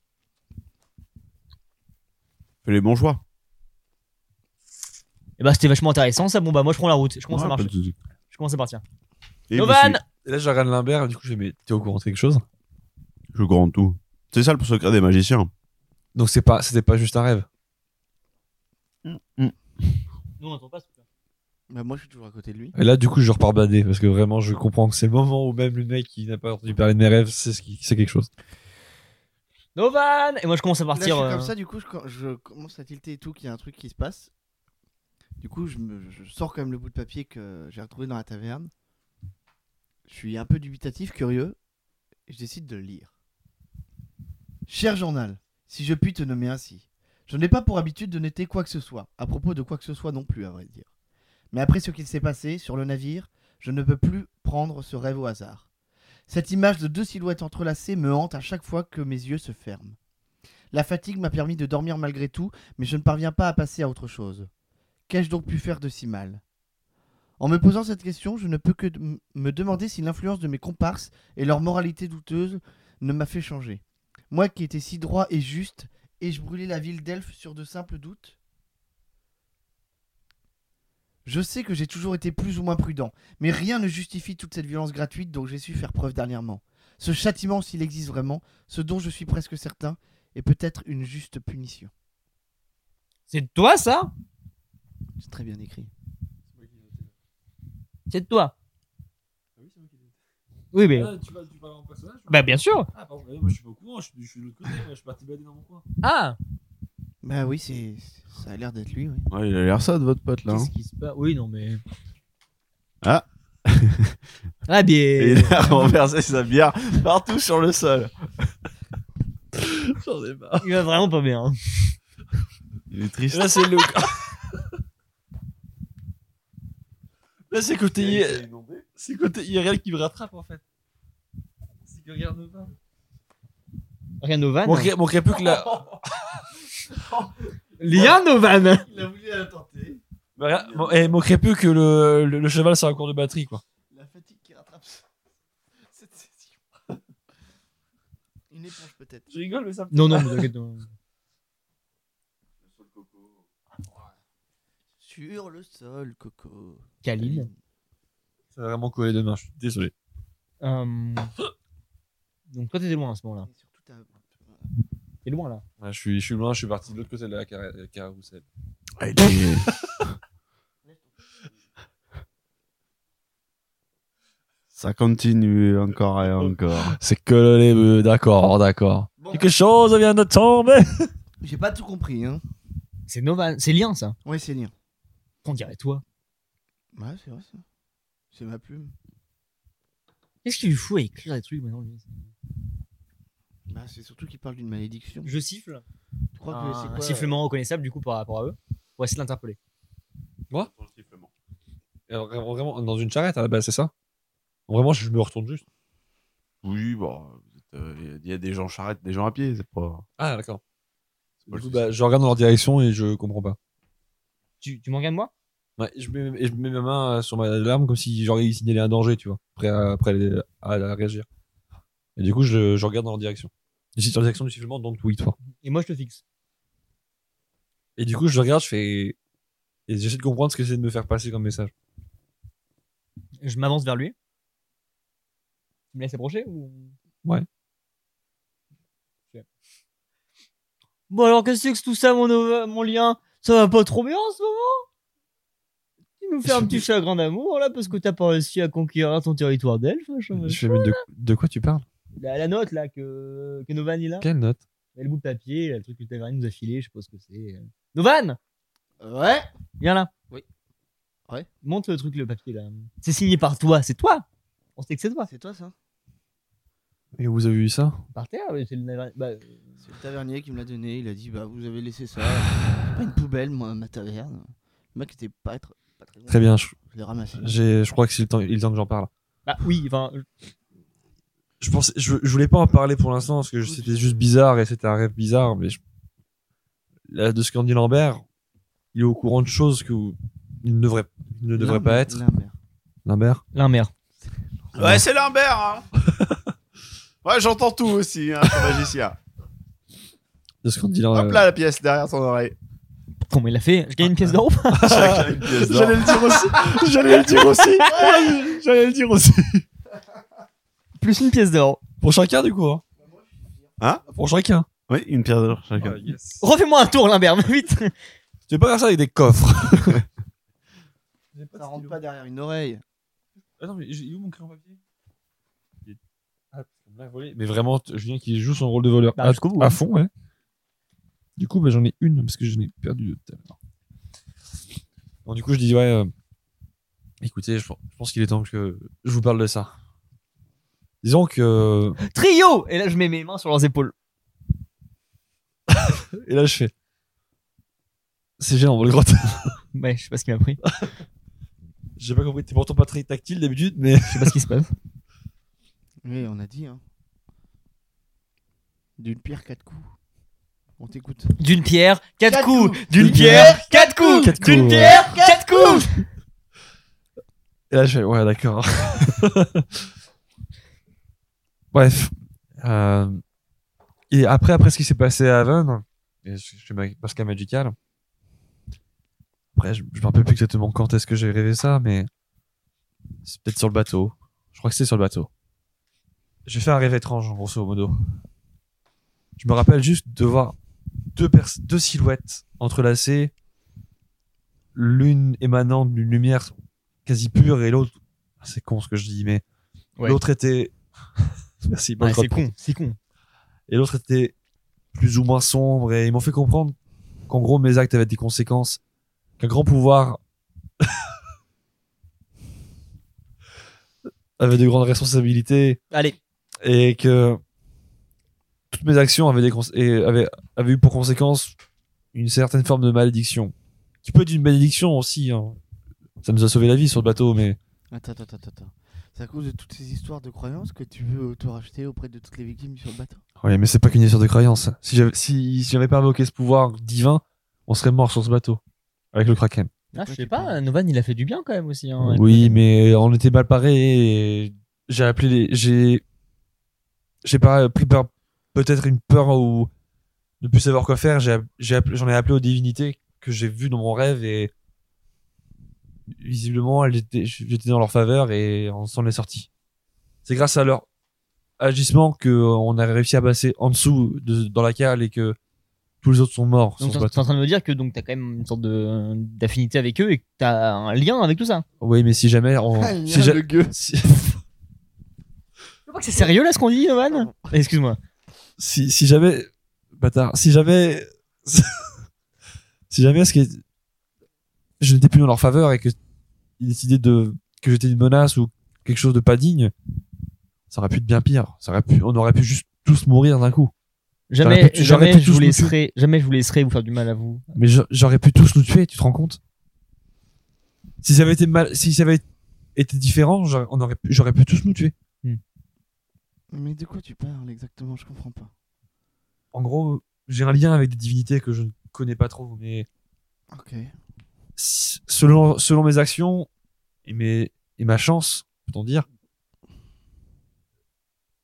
[SPEAKER 1] Fais les bons choix.
[SPEAKER 2] Et bah, c'était vachement intéressant ça. Bon, bah, moi je prends la route. Je commence à
[SPEAKER 1] Ouais,
[SPEAKER 2] marcher.
[SPEAKER 1] pas de soucis.
[SPEAKER 2] Je commence à partir.
[SPEAKER 1] Et vous
[SPEAKER 2] Novan
[SPEAKER 1] suivez.
[SPEAKER 5] Et là, je regarde Limbert, et du coup, je dis, mais t'es au courant de quelque chose
[SPEAKER 1] Je grande tout. C'est ça le secret des magiciens.
[SPEAKER 5] Donc, c'est pas, c'était pas juste un rêve.
[SPEAKER 2] Nous, on entend pas ce truc-là.
[SPEAKER 4] Bah moi je suis toujours à côté de lui.
[SPEAKER 5] Et là, du coup, je repars badé parce que vraiment, je comprends que c'est le moment où même le mec qui n'a pas entendu parler de mes rêves, c'est ce qui, c'est quelque chose.
[SPEAKER 2] Novan Et moi, je commence à partir.
[SPEAKER 4] là, je suis
[SPEAKER 2] euh,
[SPEAKER 4] comme ça du coup je, com- je commence à tilter et tout qu'il y a un truc qui se passe. Du coup je, me- je sors quand même le bout de papier que j'ai retrouvé dans la taverne. Je suis un peu dubitatif, curieux. Et je décide de le lire. Cher journal, si je puis te nommer ainsi, je n'ai pas pour habitude de noter quoi que ce soit, à propos de quoi que ce soit non plus à vrai dire. Mais après ce qu'il s'est passé sur le navire, je ne peux plus prendre ce rêve au hasard. Cette image de deux silhouettes entrelacées me hante à chaque fois que mes yeux se ferment. La fatigue m'a permis de dormir malgré tout, mais je ne parviens pas à passer à autre chose. Qu'ai-je donc pu faire de si mal En me posant cette question, je ne peux que de- me demander si l'influence de mes comparses et leur moralité douteuse ne m'a fait changer. Moi qui étais si droit et juste, ai-je brûlé la ville d'Elfe sur de simples doutes Je sais que j'ai toujours été plus ou moins prudent, mais rien ne justifie toute cette violence gratuite dont j'ai su faire preuve dernièrement. Ce châtiment, s'il existe vraiment, ce dont je suis presque certain, est peut-être une juste punition.
[SPEAKER 2] C'est de toi ça
[SPEAKER 4] C'est très bien écrit.
[SPEAKER 2] C'est de toi.
[SPEAKER 5] Ah
[SPEAKER 2] Oui, mais.
[SPEAKER 5] tu vas, tu parles en personnage
[SPEAKER 2] Bah, bien sûr
[SPEAKER 5] Ah, pardon, moi je suis pas au courant, je suis, de l'autre côté, je suis parti balader dans mon coin.
[SPEAKER 2] Ah
[SPEAKER 4] Bah oui, c'est ça a l'air d'être lui, oui.
[SPEAKER 1] Ouais, il a l'air ça de votre pote là. hein.
[SPEAKER 2] Qu'est-ce qui se passe bah, Oui, non, mais.
[SPEAKER 1] Ah.
[SPEAKER 2] Ah,
[SPEAKER 1] Et
[SPEAKER 2] bien.
[SPEAKER 1] il a renversé sa bière partout sur le sol.
[SPEAKER 5] J'en ai marre.
[SPEAKER 2] Il va vraiment pas bien. hein.
[SPEAKER 1] Il est triste.
[SPEAKER 5] Là, c'est le. Là, c'est côté. C'est côté IRL qui me rattrape en fait. C'est que regarde pas.
[SPEAKER 2] Rien Novan.
[SPEAKER 5] Manquerait, manquerait plus que la.
[SPEAKER 2] Lien Novan
[SPEAKER 4] Il a voulu la tenter.
[SPEAKER 5] Bah, regarde, man- eh, manquerait plus que le, le, le cheval sur un cours de batterie quoi.
[SPEAKER 4] La fatigue qui rattrape cette session. Une éponge peut-être.
[SPEAKER 5] Je rigole, mais ça
[SPEAKER 2] Non, non, mais t'inquiète. non.
[SPEAKER 4] Sur le sol, Coco.
[SPEAKER 2] Kaline.
[SPEAKER 5] Ça va vraiment coller demain, je suis désolé.
[SPEAKER 2] Euh, Donc, toi, t'étais loin à ce moment-là.
[SPEAKER 4] Et surtout, t'as-
[SPEAKER 2] T'es loin là.
[SPEAKER 5] Ouais, je, suis, je suis loin, je suis parti de l'autre côté de la carré- euh, carrousel.
[SPEAKER 1] Ah, il est- Ça continue encore
[SPEAKER 5] Oh.
[SPEAKER 1] et encore.
[SPEAKER 5] C'est que les bœufs, d'accord, d'accord.
[SPEAKER 4] Bon.
[SPEAKER 5] Quelque chose vient de tomber
[SPEAKER 4] J'ai pas tout compris, hein.
[SPEAKER 2] C'est Novan. C'est Lien ça.
[SPEAKER 4] Ouais, c'est lire.
[SPEAKER 2] On dirait toi.
[SPEAKER 4] Ouais, Bah, c'est vrai ça. C'est ma plume.
[SPEAKER 2] Qu'est-ce qu'il lui fout à écrire des trucs maintenant lui
[SPEAKER 4] Bah, c'est surtout qu'il parle d'une malédiction.
[SPEAKER 2] Je siffle. Ah,
[SPEAKER 4] Je crois que c'est
[SPEAKER 2] un,
[SPEAKER 4] quoi
[SPEAKER 2] un euh, sifflement reconnaissable du coup par rapport à eux. On va essayer de l'interpeller.
[SPEAKER 5] Alors, vraiment, vraiment, dans une charrette à la base, c'est ça Vraiment, je me retourne juste.
[SPEAKER 1] Oui, bon, euh, il y a des gens charrettes, des gens à pied, c'est pas.
[SPEAKER 5] Ah, d'accord.
[SPEAKER 1] pas
[SPEAKER 5] Du
[SPEAKER 1] le
[SPEAKER 5] coup,
[SPEAKER 1] souci.
[SPEAKER 5] bah, je regarde dans leur direction et je comprends pas.
[SPEAKER 2] Tu, tu m'en gardes moi
[SPEAKER 5] Ouais, je, mets, et je mets ma main euh, sur ma larme comme si j'aurais signalé un danger, tu vois, prêt à, prêt à les- à, à réagir. Et du coup, je, je regarde dans leur direction. Je suis sur la direction du sifflement, donc oui, toi.
[SPEAKER 2] Et moi je te fixe.
[SPEAKER 5] Et du coup, je regarde, je fais. Et j'essaie de comprendre ce que c'est de me faire passer comme message.
[SPEAKER 2] Je m'avance vers lui. Tu me laisses approcher ou
[SPEAKER 5] Ouais.
[SPEAKER 2] Ok. Bon alors qu'est-ce que c'est que tout ça mon, Nova- mon lien Ça va pas trop bien en ce moment Tu nous fais un petit chagrin d'amour là parce que t'as pas réussi à conquérir ton territoire d'elfe. hein, je-
[SPEAKER 5] Je fais, mais de, de quoi tu parles
[SPEAKER 2] La, la note là que, que Novan il a.
[SPEAKER 5] Quelle note
[SPEAKER 2] Le bout de papier, là, le truc que Tavernier nous a filé, je sais pas ce que c'est. euh. Novan
[SPEAKER 4] Ouais.
[SPEAKER 2] Viens là.
[SPEAKER 4] Oui. Ouais.
[SPEAKER 2] Montre le truc, le papier là. C'est signé par toi, c'est toi. On sait que c'est toi.
[SPEAKER 4] C'est toi ça
[SPEAKER 5] Et vous avez vu ça
[SPEAKER 2] Par terre, mais c'est le Navarre- bah, euh,
[SPEAKER 4] C'est le tavernier qui me l'a donné. Il a dit Bah, vous avez laissé ça. C'est pas une poubelle, moi, ma taverne. Le mec était pas, tr- pas très bon.
[SPEAKER 5] Très bien, je,
[SPEAKER 4] Je l'ai ramassé.
[SPEAKER 5] j'ai- je crois que c'est le temps, il est temps que j'en parle.
[SPEAKER 2] Bah oui, enfin, euh,
[SPEAKER 5] Je, pensais, je, je voulais pas en parler pour l'instant parce que je- c'était juste bizarre et c'était un rêve bizarre, mais je- là, de ce qu'en dit Lambert, il est au courant de choses que vous- il ne devrait, il ne devrait pas être.
[SPEAKER 4] Lambert.
[SPEAKER 5] Lambert
[SPEAKER 2] l'inmère.
[SPEAKER 1] Ouais, c'est Lambert, hein
[SPEAKER 5] bah-
[SPEAKER 1] Ouais, j'entends tout aussi, hein, ton magicien.
[SPEAKER 5] De ce qu'en dit Lambert.
[SPEAKER 1] Hop là, la pièce derrière ton oreille.
[SPEAKER 2] Comment il a fait Je gagne une pièce d'or ou pas
[SPEAKER 1] Chacun une pièce d'or.
[SPEAKER 5] J'allais le dire aussi J'allais le dire aussi J'allais le dire aussi
[SPEAKER 2] Plus une pièce d'or.
[SPEAKER 5] Pour chacun, du coup. Hein,
[SPEAKER 4] Bah,
[SPEAKER 1] Hein
[SPEAKER 5] Pour chacun.
[SPEAKER 1] Oui, une pièce d'or
[SPEAKER 4] Ah,
[SPEAKER 1] chacun.
[SPEAKER 2] Refais-moi un tour, Limbert, mais vite
[SPEAKER 5] Tu veux pas faire ça avec des coffres
[SPEAKER 4] Ça rentre pas derrière une oreille.
[SPEAKER 5] Attends, mais il est où mon crayon papier Ah, mais vraiment, t- Julien qui joue son rôle de voleur
[SPEAKER 2] Bah,
[SPEAKER 5] à,
[SPEAKER 2] jusqu'au bout,
[SPEAKER 5] à
[SPEAKER 2] hein.
[SPEAKER 5] fond, ouais. Du coup, bah, j'en ai une parce que j'en ai perdu deux tout à l'heure. Bon, du coup, je dis, ouais, euh, écoutez, je, je pense qu'il est temps que je vous parle de ça. Disons que.
[SPEAKER 2] Trio Et là, je mets mes mains sur leurs épaules.
[SPEAKER 5] Et là, je fais. C'est gênant, pour le grotte.
[SPEAKER 2] Ouais, je sais pas ce qui m'a pris.
[SPEAKER 5] J'ai pas compris, t'es pourtant pas très tactile d'habitude, mais.
[SPEAKER 2] Je sais pas ce qui se passe.
[SPEAKER 4] Oui, on a dit, hein. D'une pierre quatre coups.
[SPEAKER 6] On t'écoute.
[SPEAKER 2] D'une pierre, quatre,
[SPEAKER 6] Quatre
[SPEAKER 2] coups.
[SPEAKER 6] coups.
[SPEAKER 2] D'une
[SPEAKER 5] D'une
[SPEAKER 2] pierre, quatre coups.
[SPEAKER 5] Quatre
[SPEAKER 2] D'une
[SPEAKER 5] coups, ouais.
[SPEAKER 2] pierre, quatre coups.
[SPEAKER 5] Et là, je fais, ouais, d'accord. Bref. Euh, et après, après ce qui s'est passé à Haven, et je je suis Pascal Magical. Après, je, je me rappelle plus exactement quand est-ce que j'ai rêvé ça, mais c'est peut-être sur le bateau. Je crois que c'est sur le bateau. J'ai fait un rêve étrange, en grosso modo. Je me rappelle juste de voir deux, pers- deux silhouettes entrelacées, l'une émanant d'une lumière quasi pure et l'autre c'est con ce que je dis mais
[SPEAKER 2] Ouais.
[SPEAKER 5] l'autre était merci
[SPEAKER 2] Ouais,
[SPEAKER 5] l'autre-
[SPEAKER 2] c'est con, c'est con.
[SPEAKER 5] et l'autre était plus ou moins sombre et ils m'ont fait comprendre qu'en gros mes actes avaient des conséquences qu'un grand pouvoir avait de grandes responsabilités
[SPEAKER 2] Allez,
[SPEAKER 5] et que toutes mes actions avaient, des cons- et avaient, avaient eu pour conséquence une certaine forme de malédiction. Qui peut être une bénédiction aussi. hein. Ça nous a sauvé la vie sur le bateau, mais
[SPEAKER 6] Attends, attends, attends, attends. C'est à cause de toutes ces histoires de croyances que tu veux te racheter auprès de toutes les victimes sur le bateau.
[SPEAKER 5] Oui, mais c'est pas qu'une histoire de croyance. Si j'avais si, si j'avais pas invoqué ce pouvoir divin, on serait mort sur ce bateau. Avec le Kraken.
[SPEAKER 2] ah, je
[SPEAKER 6] Pourquoi
[SPEAKER 2] sais
[SPEAKER 6] tu
[SPEAKER 2] pas,
[SPEAKER 6] parles
[SPEAKER 2] Novan il a fait du bien quand même aussi. hein.
[SPEAKER 5] oui, mais euh, on était mal parés et j'ai appelé les. J'ai. J'ai pas pris par peut-être une peur ou ne plus savoir quoi faire. J'ai app- j'ai appelé- J'en ai, appelé aux divinités que j'ai vues dans mon rêve et. Visiblement, elles étaient- j'étais dans leur faveur et on s'en est sorti. C'est grâce à leur agissement que euh, on a réussi à passer en dessous de, dans la cale et que tous les autres sont morts.
[SPEAKER 2] Donc
[SPEAKER 5] sur ce
[SPEAKER 2] t'es
[SPEAKER 5] bateau.
[SPEAKER 2] t'es en train de me dire que donc t'as quand même une sorte de d'affinité avec eux et que t'as un lien avec tout ça.
[SPEAKER 5] Oui, mais si jamais on.
[SPEAKER 6] Ah, il y
[SPEAKER 5] si
[SPEAKER 6] a
[SPEAKER 5] ja-
[SPEAKER 6] le gueux.
[SPEAKER 5] si-
[SPEAKER 2] Je vois que c'est sérieux là ce qu'on dit, Novan Excuse-moi.
[SPEAKER 5] si, si jamais, bâtard, si jamais, si jamais ce qui est- je n'étais plus en leur faveur et que ils décidaient de que j'étais une menace ou quelque chose de pas digne, ça aurait pu être bien pire. Ça aurait pu, on aurait pu juste tous mourir d'un coup. J'aurais
[SPEAKER 2] Jamais,
[SPEAKER 5] pu- j'aurais
[SPEAKER 2] jamais
[SPEAKER 5] pu
[SPEAKER 2] je
[SPEAKER 5] tous
[SPEAKER 2] vous
[SPEAKER 5] nous
[SPEAKER 2] laisserai, jamais je vous laisserai vous faire du mal à vous.
[SPEAKER 5] Mais j'a- j'aurais pu tous nous tuer. Tu te rends compte Si ça avait été mal, si ça avait été différent, j'aurais- on aurait, pu- j'aurais pu tous nous tuer.
[SPEAKER 6] Mais de quoi tu parles exactement Je comprends pas.
[SPEAKER 5] En gros, j'ai un lien avec des divinités que je ne connais pas trop, mais
[SPEAKER 6] Ok.
[SPEAKER 5] s- selon, selon mes actions et, mes, et ma chance, peut-on dire,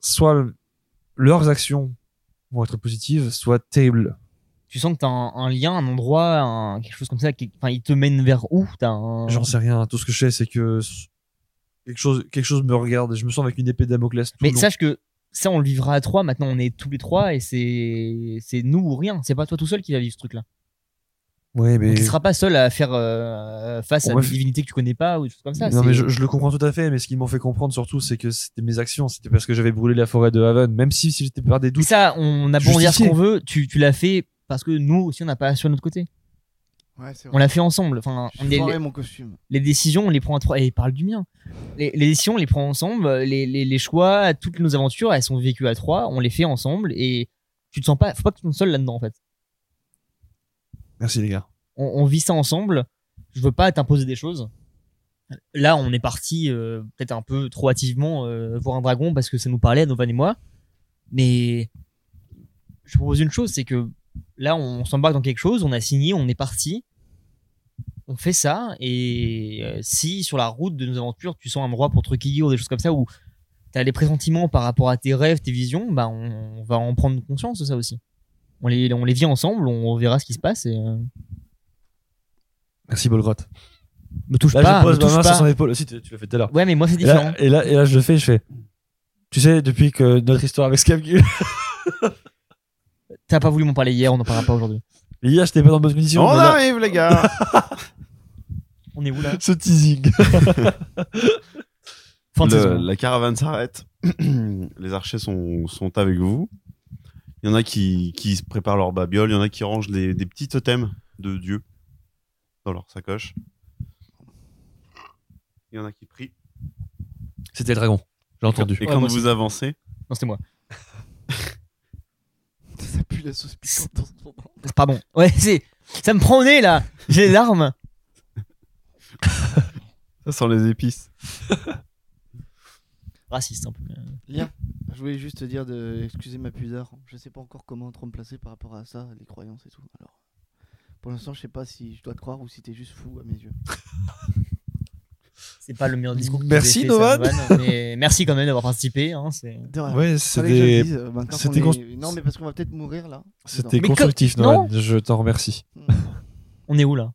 [SPEAKER 5] soit le- leurs actions vont être positives, soit terribles.
[SPEAKER 2] Tu sens que t'as un, un lien, un endroit, un- quelque chose comme ça. qui- Enfin, il te mène vers où T'as un.
[SPEAKER 5] J'en sais rien. Tout ce que je sais, c'est que s- quelque chose, quelque chose me regarde et je me sens avec une épée de Damoclès. Tout
[SPEAKER 2] Mais
[SPEAKER 5] le long.
[SPEAKER 2] sache que ça, on le vivra à trois. Maintenant, on est tous les trois et c'est c'est nous ou rien. C'est pas toi tout seul qui va vivre ce truc-là.
[SPEAKER 5] Ouais, mais.
[SPEAKER 2] Donc, tu seras pas seul à faire euh, face
[SPEAKER 5] Bon,
[SPEAKER 2] à
[SPEAKER 5] moi,
[SPEAKER 2] des
[SPEAKER 5] je-
[SPEAKER 2] divinités que tu connais pas ou des choses comme ça.
[SPEAKER 5] non,
[SPEAKER 2] c'est-
[SPEAKER 5] mais je, je le comprends tout à fait, mais ce qu'ils m'ont fait comprendre surtout, c'est que c'était mes actions, c'était parce que j'avais brûlé la forêt de Haven, même si, si j'étais par des
[SPEAKER 2] Mais
[SPEAKER 5] doutes.
[SPEAKER 2] ça, on a beau en dire ce
[SPEAKER 5] Justifié.
[SPEAKER 2] qu'on veut. Tu, tu l'as fait parce que nous aussi, on n'a pas sur notre côté.
[SPEAKER 6] Ouais, c'est
[SPEAKER 2] On l'a fait ensemble. Enfin,
[SPEAKER 6] Je
[SPEAKER 2] on est-
[SPEAKER 6] foirais mon costume.
[SPEAKER 2] les décisions, on les prend à trois. Et il parle du mien. Les, les décisions, on les prend ensemble. Les, les, les choix, toutes nos aventures, elles sont vécues à trois. On les fait ensemble. Et tu te sens pas. Faut pas que tu te sentes seul là-dedans, en fait.
[SPEAKER 5] Merci les gars.
[SPEAKER 2] On, on vit ça ensemble. Je veux pas t'imposer des choses. Là, on est parti euh, peut-être un peu trop hâtivement euh, voir un dragon parce que ça nous parlait, Novan et moi. Mais je propose une chose, c'est que là, on s'embarque dans quelque chose, on a signé, on est parti. On fait ça, et euh, si sur la route de nos aventures, tu sens un endroit pour te recueillir ou des choses comme ça, où tu as les pressentiments par rapport à tes rêves, tes visions, bah on, on va en prendre conscience de ça aussi. On les, on les vit ensemble, on verra ce qui se passe. Et, euh,
[SPEAKER 5] Merci Bolgrotte.
[SPEAKER 2] me touche
[SPEAKER 5] Là,
[SPEAKER 2] pas,
[SPEAKER 5] je pose
[SPEAKER 2] me
[SPEAKER 5] ma
[SPEAKER 2] touche
[SPEAKER 5] main sur
[SPEAKER 2] pas.
[SPEAKER 5] son épaule. Si, tu, tu l'as fait tout à l'heure.
[SPEAKER 2] Ouais, mais moi c'est
[SPEAKER 5] Et là,
[SPEAKER 2] différent.
[SPEAKER 5] et, là, et là, je le fais, je fais. Tu sais, depuis que notre histoire avec Scapgul,
[SPEAKER 2] T'as pas voulu m'en parler hier, on en parlera pas aujourd'hui.
[SPEAKER 5] hier, j'étais pas dans de bonnes conditions.
[SPEAKER 4] Oh
[SPEAKER 1] On
[SPEAKER 5] mais là,
[SPEAKER 1] arrive, les gars
[SPEAKER 2] On est où là
[SPEAKER 5] ce teasing.
[SPEAKER 1] Le-
[SPEAKER 2] Fantasme.
[SPEAKER 1] La caravane s'arrête. les archers sont, sont avec vous. Il y en a qui, qui se préparent leur babiole, il y en a qui rangent les- des petits totems de dieux dans leur sacoche. Il y en a qui prient.
[SPEAKER 5] C'était le dragon. J'ai entendu.
[SPEAKER 1] Et
[SPEAKER 2] Ouais,
[SPEAKER 1] quand
[SPEAKER 2] moi
[SPEAKER 1] vous avancez,
[SPEAKER 2] Non, c'était moi.
[SPEAKER 6] Ça pue la sauce piquante en ce moment.
[SPEAKER 2] Pardon. Ouais, c'est. Ça me prend au nez là J'ai les larmes
[SPEAKER 1] ça sent les épices.
[SPEAKER 2] Raciste un peu.
[SPEAKER 4] Lien. Je voulais juste te dire de excuser ma pudeur. Je sais pas encore comment trop me placer par rapport à ça, les croyances et tout. Alors, pour l'instant, je sais pas si je dois te croire ou si t'es juste fou à mes yeux.
[SPEAKER 2] C'est pas le meilleur discours que tu
[SPEAKER 5] Merci,
[SPEAKER 2] aies fait, ça,
[SPEAKER 5] Novan.
[SPEAKER 2] Novan, mais merci quand même d'avoir participé. hein, c'est-
[SPEAKER 4] De rien.
[SPEAKER 5] Ouais, c'est
[SPEAKER 4] Fallait que je le
[SPEAKER 5] des-
[SPEAKER 4] dise, euh, ben, quand
[SPEAKER 5] c'était cons-
[SPEAKER 4] on est- Non, mais parce qu'on va peut-être mourir là. Hmm.
[SPEAKER 5] c'était
[SPEAKER 2] Mais que-
[SPEAKER 5] constructif,
[SPEAKER 2] non
[SPEAKER 5] Noël. Je t'en remercie.
[SPEAKER 2] On est où là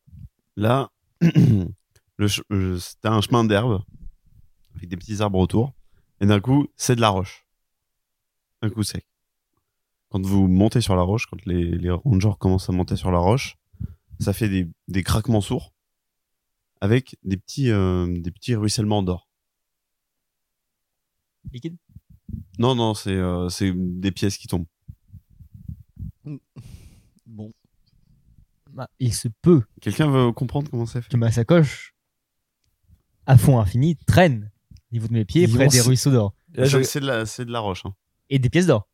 [SPEAKER 1] Là, le ch- euh, c'était un chemin d'herbe avec des petits arbres autour. Et d'un coup, c'est de la roche. Un coup sec. Quand vous montez sur la roche, quand les, les rangers commencent à monter sur la roche, ça fait des, des craquements sourds avec des petits, euh, des petits ruissellements d'or.
[SPEAKER 2] Liquide
[SPEAKER 1] Non, non, c'est euh, c'est des pièces qui tombent.
[SPEAKER 4] Bon.
[SPEAKER 2] Bah, Il se peut
[SPEAKER 1] Quelqu'un veut comprendre comment ça fait
[SPEAKER 2] que ma sacoche, à fond infini, traîne au niveau de mes pieds
[SPEAKER 5] Ils
[SPEAKER 2] près
[SPEAKER 5] vont
[SPEAKER 2] des
[SPEAKER 5] se-
[SPEAKER 2] ruisseaux d'or.
[SPEAKER 5] Là, je-
[SPEAKER 1] C'est c'est de, la- c'est de la roche. hein.
[SPEAKER 2] Et des pièces d'or.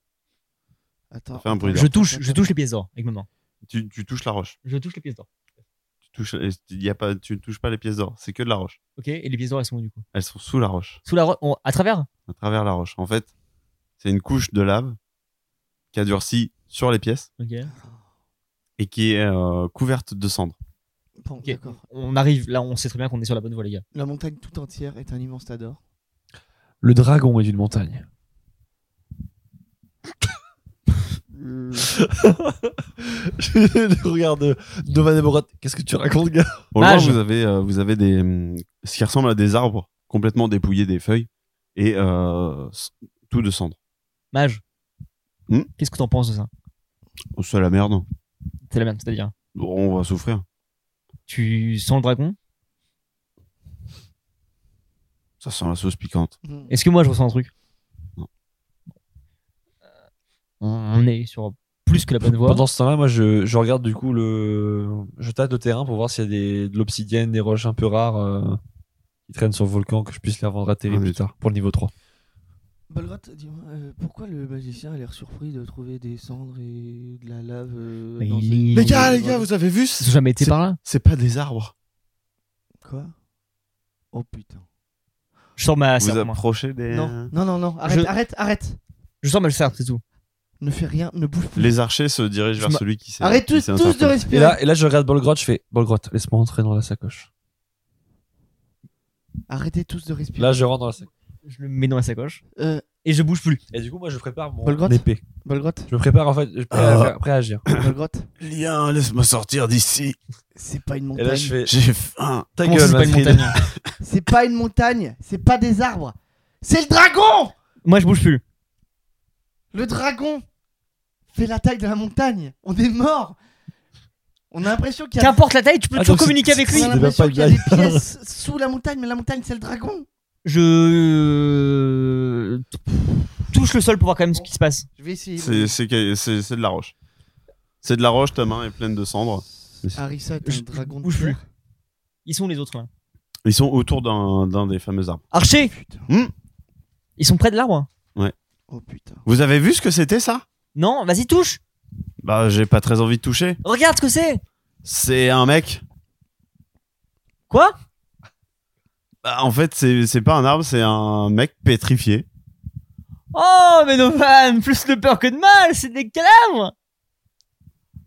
[SPEAKER 4] Attends.
[SPEAKER 1] Fais un bruit
[SPEAKER 4] attends.
[SPEAKER 1] d'or.
[SPEAKER 2] Je touche, je touche les pièces d'or avec ma main.
[SPEAKER 1] Tu, tu touches la roche.
[SPEAKER 2] Je touche les pièces d'or.
[SPEAKER 1] Tu touches, et il y a pas, tu ne touches pas les pièces d'or. C'est que de la roche.
[SPEAKER 2] Ok Et les pièces d'or, elles sont où du coup
[SPEAKER 1] Elles sont sous la roche.
[SPEAKER 2] Sous la ro- on- À travers
[SPEAKER 1] à travers la roche. En fait, c'est une couche de lave qui a durci sur les pièces
[SPEAKER 2] Ok.
[SPEAKER 4] Ah,
[SPEAKER 1] et qui est euh, couverte de cendres.
[SPEAKER 4] Bon,
[SPEAKER 2] Ok.
[SPEAKER 4] d'accord.
[SPEAKER 2] On arrive, là, on sait très bien qu'on est sur la bonne voie, les gars.
[SPEAKER 4] La montagne tout entière est un immense tas d'or.
[SPEAKER 5] Le dragon est d'une montagne.
[SPEAKER 4] Euh,
[SPEAKER 5] je regarde Novan Borat. Qu'est-ce que tu racontes, gars
[SPEAKER 1] Au loin,
[SPEAKER 2] Mage.
[SPEAKER 1] vous avez, euh, vous avez des, hum, ce qui ressemble à des arbres complètement dépouillés des feuilles et euh, c- tout de cendres.
[SPEAKER 2] Mage,
[SPEAKER 1] Hmm
[SPEAKER 2] qu'est-ce que t'en penses de ça
[SPEAKER 1] Oh, C'est la merde.
[SPEAKER 2] C'est la merde, c'est-à-dire.
[SPEAKER 1] Bon, on va souffrir.
[SPEAKER 2] Tu sens le dragon
[SPEAKER 1] Ça sent la sauce piquante.
[SPEAKER 4] hmm.
[SPEAKER 2] Est-ce que moi je ressens un truc
[SPEAKER 1] Non.
[SPEAKER 2] Euh, On est sur plus que la bonne voie.
[SPEAKER 5] Pendant ce temps-là, moi, je, je regarde du coup le. Je tâte le terrain pour voir s'il y a des, de l'obsidienne, des roches un peu rares euh, qui traînent sur le volcan, que je puisse les revendre à Terry
[SPEAKER 1] Ah,
[SPEAKER 5] plus
[SPEAKER 1] mais-
[SPEAKER 5] tard pour le niveau 3.
[SPEAKER 4] Balgrot, dis-moi, euh, pourquoi le magicien a l'air surpris de trouver des cendres et de la lave euh,
[SPEAKER 2] Mais
[SPEAKER 4] dans
[SPEAKER 2] il
[SPEAKER 4] une-
[SPEAKER 2] est- Les gars,
[SPEAKER 1] avez vu
[SPEAKER 2] Ils ont jamais été par là
[SPEAKER 1] C'est pas des arbres.
[SPEAKER 4] Quoi Oh putain.
[SPEAKER 2] Je sors ma
[SPEAKER 1] vous
[SPEAKER 2] serpe. Ah, moi.
[SPEAKER 1] approchez des.
[SPEAKER 4] Non, non, non, non. Arrête,
[SPEAKER 2] Je-
[SPEAKER 4] arrête, arrête.
[SPEAKER 2] Je sors ma serpe, c'est tout.
[SPEAKER 4] Ne fais rien, ne bouge plus.
[SPEAKER 1] Les archers se dirigent
[SPEAKER 2] Je
[SPEAKER 1] vers
[SPEAKER 2] m'a-
[SPEAKER 1] celui qui s'est.
[SPEAKER 4] Arrête
[SPEAKER 1] qui
[SPEAKER 4] tous,
[SPEAKER 1] s'est
[SPEAKER 4] tous de
[SPEAKER 1] interposé.
[SPEAKER 5] Et
[SPEAKER 4] respirer.
[SPEAKER 5] là, et là, je regarde Bolgrot, je fais Bolgrot, laisse-moi entrer dans la sacoche.
[SPEAKER 4] Arrêtez tous de respirer.
[SPEAKER 5] Là, je rentre dans la sacoche.
[SPEAKER 2] Je le mets dans ma sacoche
[SPEAKER 4] Euh,
[SPEAKER 2] et je bouge plus.
[SPEAKER 5] Et du coup, moi, je prépare mon
[SPEAKER 4] Bolgrot
[SPEAKER 5] épée.
[SPEAKER 4] Bolgrot,
[SPEAKER 5] Je me prépare en fait, je prêt à,
[SPEAKER 1] Ah.
[SPEAKER 5] faire- prêt à agir.
[SPEAKER 4] Bolgrot,
[SPEAKER 1] Lien, laisse-moi sortir d'ici.
[SPEAKER 4] c'est pas une
[SPEAKER 5] Et
[SPEAKER 4] montagne.
[SPEAKER 5] là, je fais
[SPEAKER 1] J'ai faim.
[SPEAKER 5] Ta
[SPEAKER 2] Comment ça,
[SPEAKER 5] gueule,
[SPEAKER 2] c'est pas une
[SPEAKER 5] Manfred.
[SPEAKER 2] montagne
[SPEAKER 4] C'est pas une montagne, c'est pas des arbres. C'est le dragon
[SPEAKER 2] Moi je bouge plus.
[SPEAKER 4] Le dragon fait la taille de la montagne. On est mort. On a l'impression qu'il y a,
[SPEAKER 2] Qu'importe la taille, tu peux
[SPEAKER 5] Ah,
[SPEAKER 2] toujours
[SPEAKER 5] donc,
[SPEAKER 2] communiquer
[SPEAKER 5] c'est-
[SPEAKER 2] avec lui.
[SPEAKER 4] on a
[SPEAKER 5] c'est-
[SPEAKER 4] l'impression
[SPEAKER 5] pas une
[SPEAKER 4] qu'il y a des
[SPEAKER 5] blague.
[SPEAKER 4] pièces sous la montagne, mais la montagne c'est le dragon.
[SPEAKER 2] Je touche le sol pour voir quand même ce qui se passe.
[SPEAKER 4] Je vais essayer.
[SPEAKER 1] C'est c'est que- c'est- c'est de la roche. C'est de la roche, ta main est pleine de cendres.
[SPEAKER 4] Harissa, t'es
[SPEAKER 2] Je-
[SPEAKER 4] un dragon de
[SPEAKER 2] bouge plus.
[SPEAKER 4] terre.
[SPEAKER 2] Ils sont où les autres là
[SPEAKER 1] Ils sont autour d'un d'un des fameux arbres.
[SPEAKER 2] Archer
[SPEAKER 4] Putain.
[SPEAKER 2] Ils sont près de l'arbre
[SPEAKER 4] Oh putain.
[SPEAKER 1] Vous avez vu ce que c'était ça
[SPEAKER 2] Non, vas-y touche
[SPEAKER 1] Bah, j'ai pas très envie de toucher.
[SPEAKER 2] Regarde ce que c'est
[SPEAKER 1] C'est un mec.
[SPEAKER 2] Quoi
[SPEAKER 1] Bah, en fait, c'est c'est pas un arbre, c'est un mec pétrifié.
[SPEAKER 2] Oh, mais Novan, plus de peur que de mal, c'est des cadavres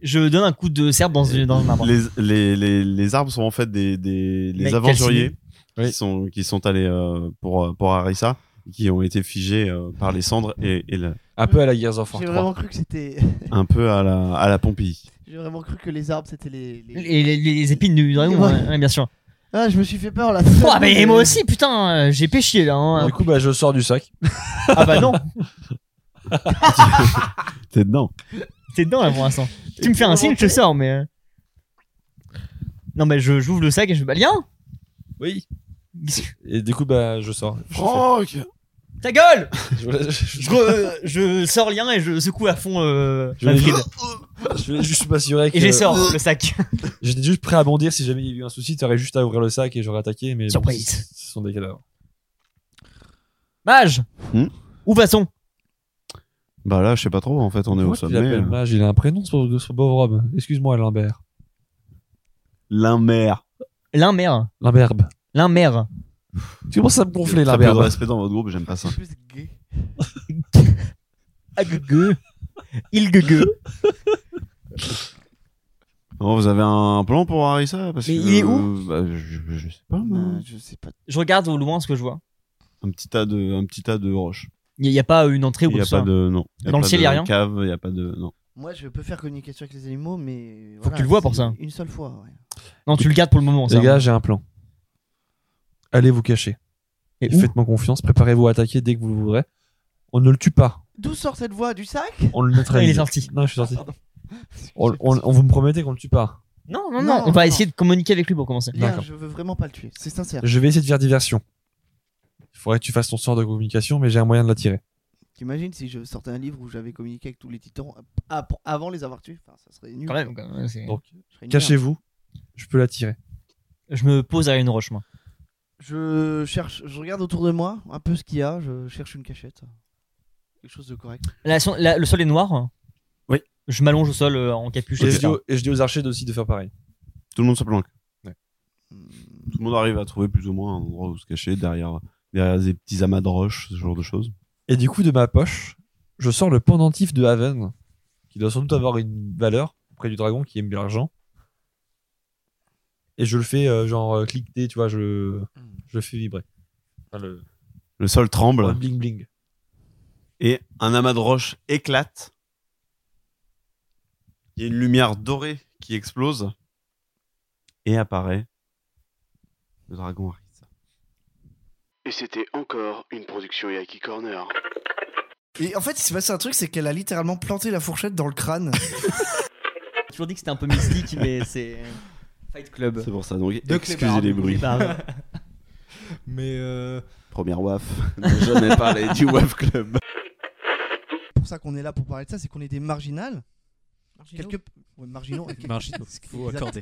[SPEAKER 2] Je donne un coup de serbe dans, une- dans un arbre.
[SPEAKER 1] Les, les, les, les arbres sont en fait des, des les
[SPEAKER 2] Mec
[SPEAKER 1] aventuriers qui,
[SPEAKER 5] Oui.
[SPEAKER 1] sont, qui sont allés euh, pour, euh, pour Harissa, qui ont été figés euh, par les cendres et, et le-
[SPEAKER 5] Un peu à la Gears of War
[SPEAKER 4] J'ai
[SPEAKER 5] 3.
[SPEAKER 4] vraiment cru que c'était.
[SPEAKER 1] un peu à la, à la Pompille.
[SPEAKER 4] J'ai vraiment cru que les arbres c'était les. les-
[SPEAKER 2] Et les, les épines du dragon,
[SPEAKER 4] Ouais.
[SPEAKER 2] ouais, ouais, bien sûr.
[SPEAKER 4] Ah, je me suis fait peur là.
[SPEAKER 2] Oh, mais moi aussi, putain, euh, j'ai péché là. hein.
[SPEAKER 5] Du coup, bah, je sors du sac.
[SPEAKER 2] Ah bah non,
[SPEAKER 1] T'es dedans.
[SPEAKER 2] t'es dedans là pour l'instant. Tu me fais un signe, je te sors, mais. euh. Non, mais je- j'ouvre le sac et je me bah, Lien
[SPEAKER 5] Oui. Et du coup, bah, je sors. Je
[SPEAKER 1] Franck
[SPEAKER 2] Ta gueule
[SPEAKER 5] fais- je voulais- je-
[SPEAKER 2] je, re- euh, je sors lien et je secoue à fond euh,
[SPEAKER 5] Je vais-
[SPEAKER 2] Manfred.
[SPEAKER 5] je voulais juste m'assurer que.
[SPEAKER 2] Et j'ai sors le sac.
[SPEAKER 5] J'étais juste prêt à bondir si jamais il y avait eu un souci, t'aurais juste à ouvrir le sac et j'aurais attaqué, mais. bon,
[SPEAKER 2] Surprise.
[SPEAKER 5] c- ce sont des cadavres.
[SPEAKER 2] Mage
[SPEAKER 1] Hmm
[SPEAKER 2] Où va-t-on
[SPEAKER 1] Bah là, je sais pas trop, en fait, on est au
[SPEAKER 5] Pourquoi tu
[SPEAKER 1] sommet. hein.
[SPEAKER 5] l'appelles Mage Il a un prénom, ce ce pauvre homme. Excuse-moi, Limbert.
[SPEAKER 1] L'un mère.
[SPEAKER 2] L'un mère.
[SPEAKER 5] Limberbe.
[SPEAKER 2] L'un mère.
[SPEAKER 5] Tu commences à me gonfler là,
[SPEAKER 1] Très peu de
[SPEAKER 5] merde.
[SPEAKER 1] respect dans votre groupe, j'aime pas ça.
[SPEAKER 4] Plus gay.
[SPEAKER 2] Ah, gueugue. Il gueugue.
[SPEAKER 1] Oh, vous avez un plan pour Harissa Parce
[SPEAKER 2] Mais
[SPEAKER 1] que,
[SPEAKER 2] il est
[SPEAKER 1] où je, je sais pas, moi.
[SPEAKER 4] Non, Euh, je sais pas.
[SPEAKER 2] Je regarde au loin ce que je vois.
[SPEAKER 1] Un petit tas de, un petit tas de roches.
[SPEAKER 2] Il n'y a pas une entrée ou
[SPEAKER 1] Il y
[SPEAKER 2] quoi
[SPEAKER 1] a
[SPEAKER 2] que ce soit.
[SPEAKER 1] pas de, non. y
[SPEAKER 2] Dans le
[SPEAKER 1] pas
[SPEAKER 2] ciel,
[SPEAKER 1] de
[SPEAKER 2] y a rien
[SPEAKER 1] Cave, il y a pas de, non.
[SPEAKER 4] Moi, je peux faire communication avec les animaux, mais. Faut
[SPEAKER 2] que tu le vois pour ça.
[SPEAKER 4] Une seule fois, ouais.
[SPEAKER 2] Non, tu le gardes pour le
[SPEAKER 1] hein.
[SPEAKER 2] moment.
[SPEAKER 5] Les
[SPEAKER 2] ça.
[SPEAKER 5] gars, j'ai un plan. Allez vous cacher.
[SPEAKER 2] Et
[SPEAKER 5] Et
[SPEAKER 2] où
[SPEAKER 5] Faites-moi confiance, préparez-vous à attaquer dès que vous le voudrez. On ne le tue pas,
[SPEAKER 4] D'où sort cette voix Du sac
[SPEAKER 5] on le neutralise.
[SPEAKER 2] Il est sorti.
[SPEAKER 5] Non, je suis sorti. On, on- on- vous me promettez qu'on le tue pas.
[SPEAKER 2] Non, non, non,
[SPEAKER 4] Non,
[SPEAKER 2] On va
[SPEAKER 4] non.
[SPEAKER 2] essayer de communiquer avec lui pour commencer.
[SPEAKER 4] Lien,
[SPEAKER 5] D'accord.
[SPEAKER 4] je veux vraiment pas le tuer. C'est sincère.
[SPEAKER 5] Je vais essayer de faire diversion. Il faudrait que tu fasses ton sort de communication, mais j'ai un moyen de l'attirer.
[SPEAKER 4] T'imagines si je sortais un livre où j'avais communiqué avec tous les titans ah, pour- avant les avoir tués Enfin, ça serait nul.
[SPEAKER 2] Quand même. quand même, c'est-
[SPEAKER 5] Donc,
[SPEAKER 4] Je serais une merde.
[SPEAKER 5] cachez-vous, je peux l'attirer.
[SPEAKER 2] Je me pose à une roche, moi.
[SPEAKER 4] Je cherche, je regarde autour de moi un peu ce qu'il y a. Je cherche une cachette, quelque chose de correct.
[SPEAKER 2] La- la- le sol est noir.
[SPEAKER 1] Oui.
[SPEAKER 2] Je m'allonge au sol euh, en capuche.
[SPEAKER 5] Et, je
[SPEAKER 2] etc.
[SPEAKER 5] dis aux, et je dis aux archers aussi de faire pareil.
[SPEAKER 1] Tout le monde se planque.
[SPEAKER 4] Hmm,
[SPEAKER 1] Tout le monde arrive à trouver plus ou moins un endroit où se cacher derrière, derrière des petits amas de roches, ce genre de choses.
[SPEAKER 5] Et du coup, de ma poche, je sors le pendentif de Haven, qui doit sans doute avoir une valeur auprès du dragon qui aime bien l'argent. Et je le fais euh, genre euh, cliqueter, tu vois, je, je le fais vibrer. Hmm. Enfin, le,
[SPEAKER 1] Le sol tremble
[SPEAKER 5] le bling bling.
[SPEAKER 1] et un amas de roches éclate. Il y a une lumière dorée qui explose et apparaît le dragon Harissa.
[SPEAKER 7] Et c'était encore une production Yaki Corner.
[SPEAKER 4] Et en fait, il s'est passé un truc, c'est qu'elle a littéralement planté la fourchette dans le crâne.
[SPEAKER 2] J'ai toujours dit que c'était un peu mystique, mais c'est. Fight Club.
[SPEAKER 1] C'est pour ça, donc
[SPEAKER 4] De
[SPEAKER 1] excusez
[SPEAKER 4] Clébard.
[SPEAKER 1] les bruits.
[SPEAKER 4] Mais euh,
[SPEAKER 1] Première WAF, ne jamais parlé du WAF Club.
[SPEAKER 4] pour ça qu'on est là pour parler de ça, c'est qu'on est des marginales. Quelque... Ouais, marginaux.
[SPEAKER 8] Marginaux, faut accorder.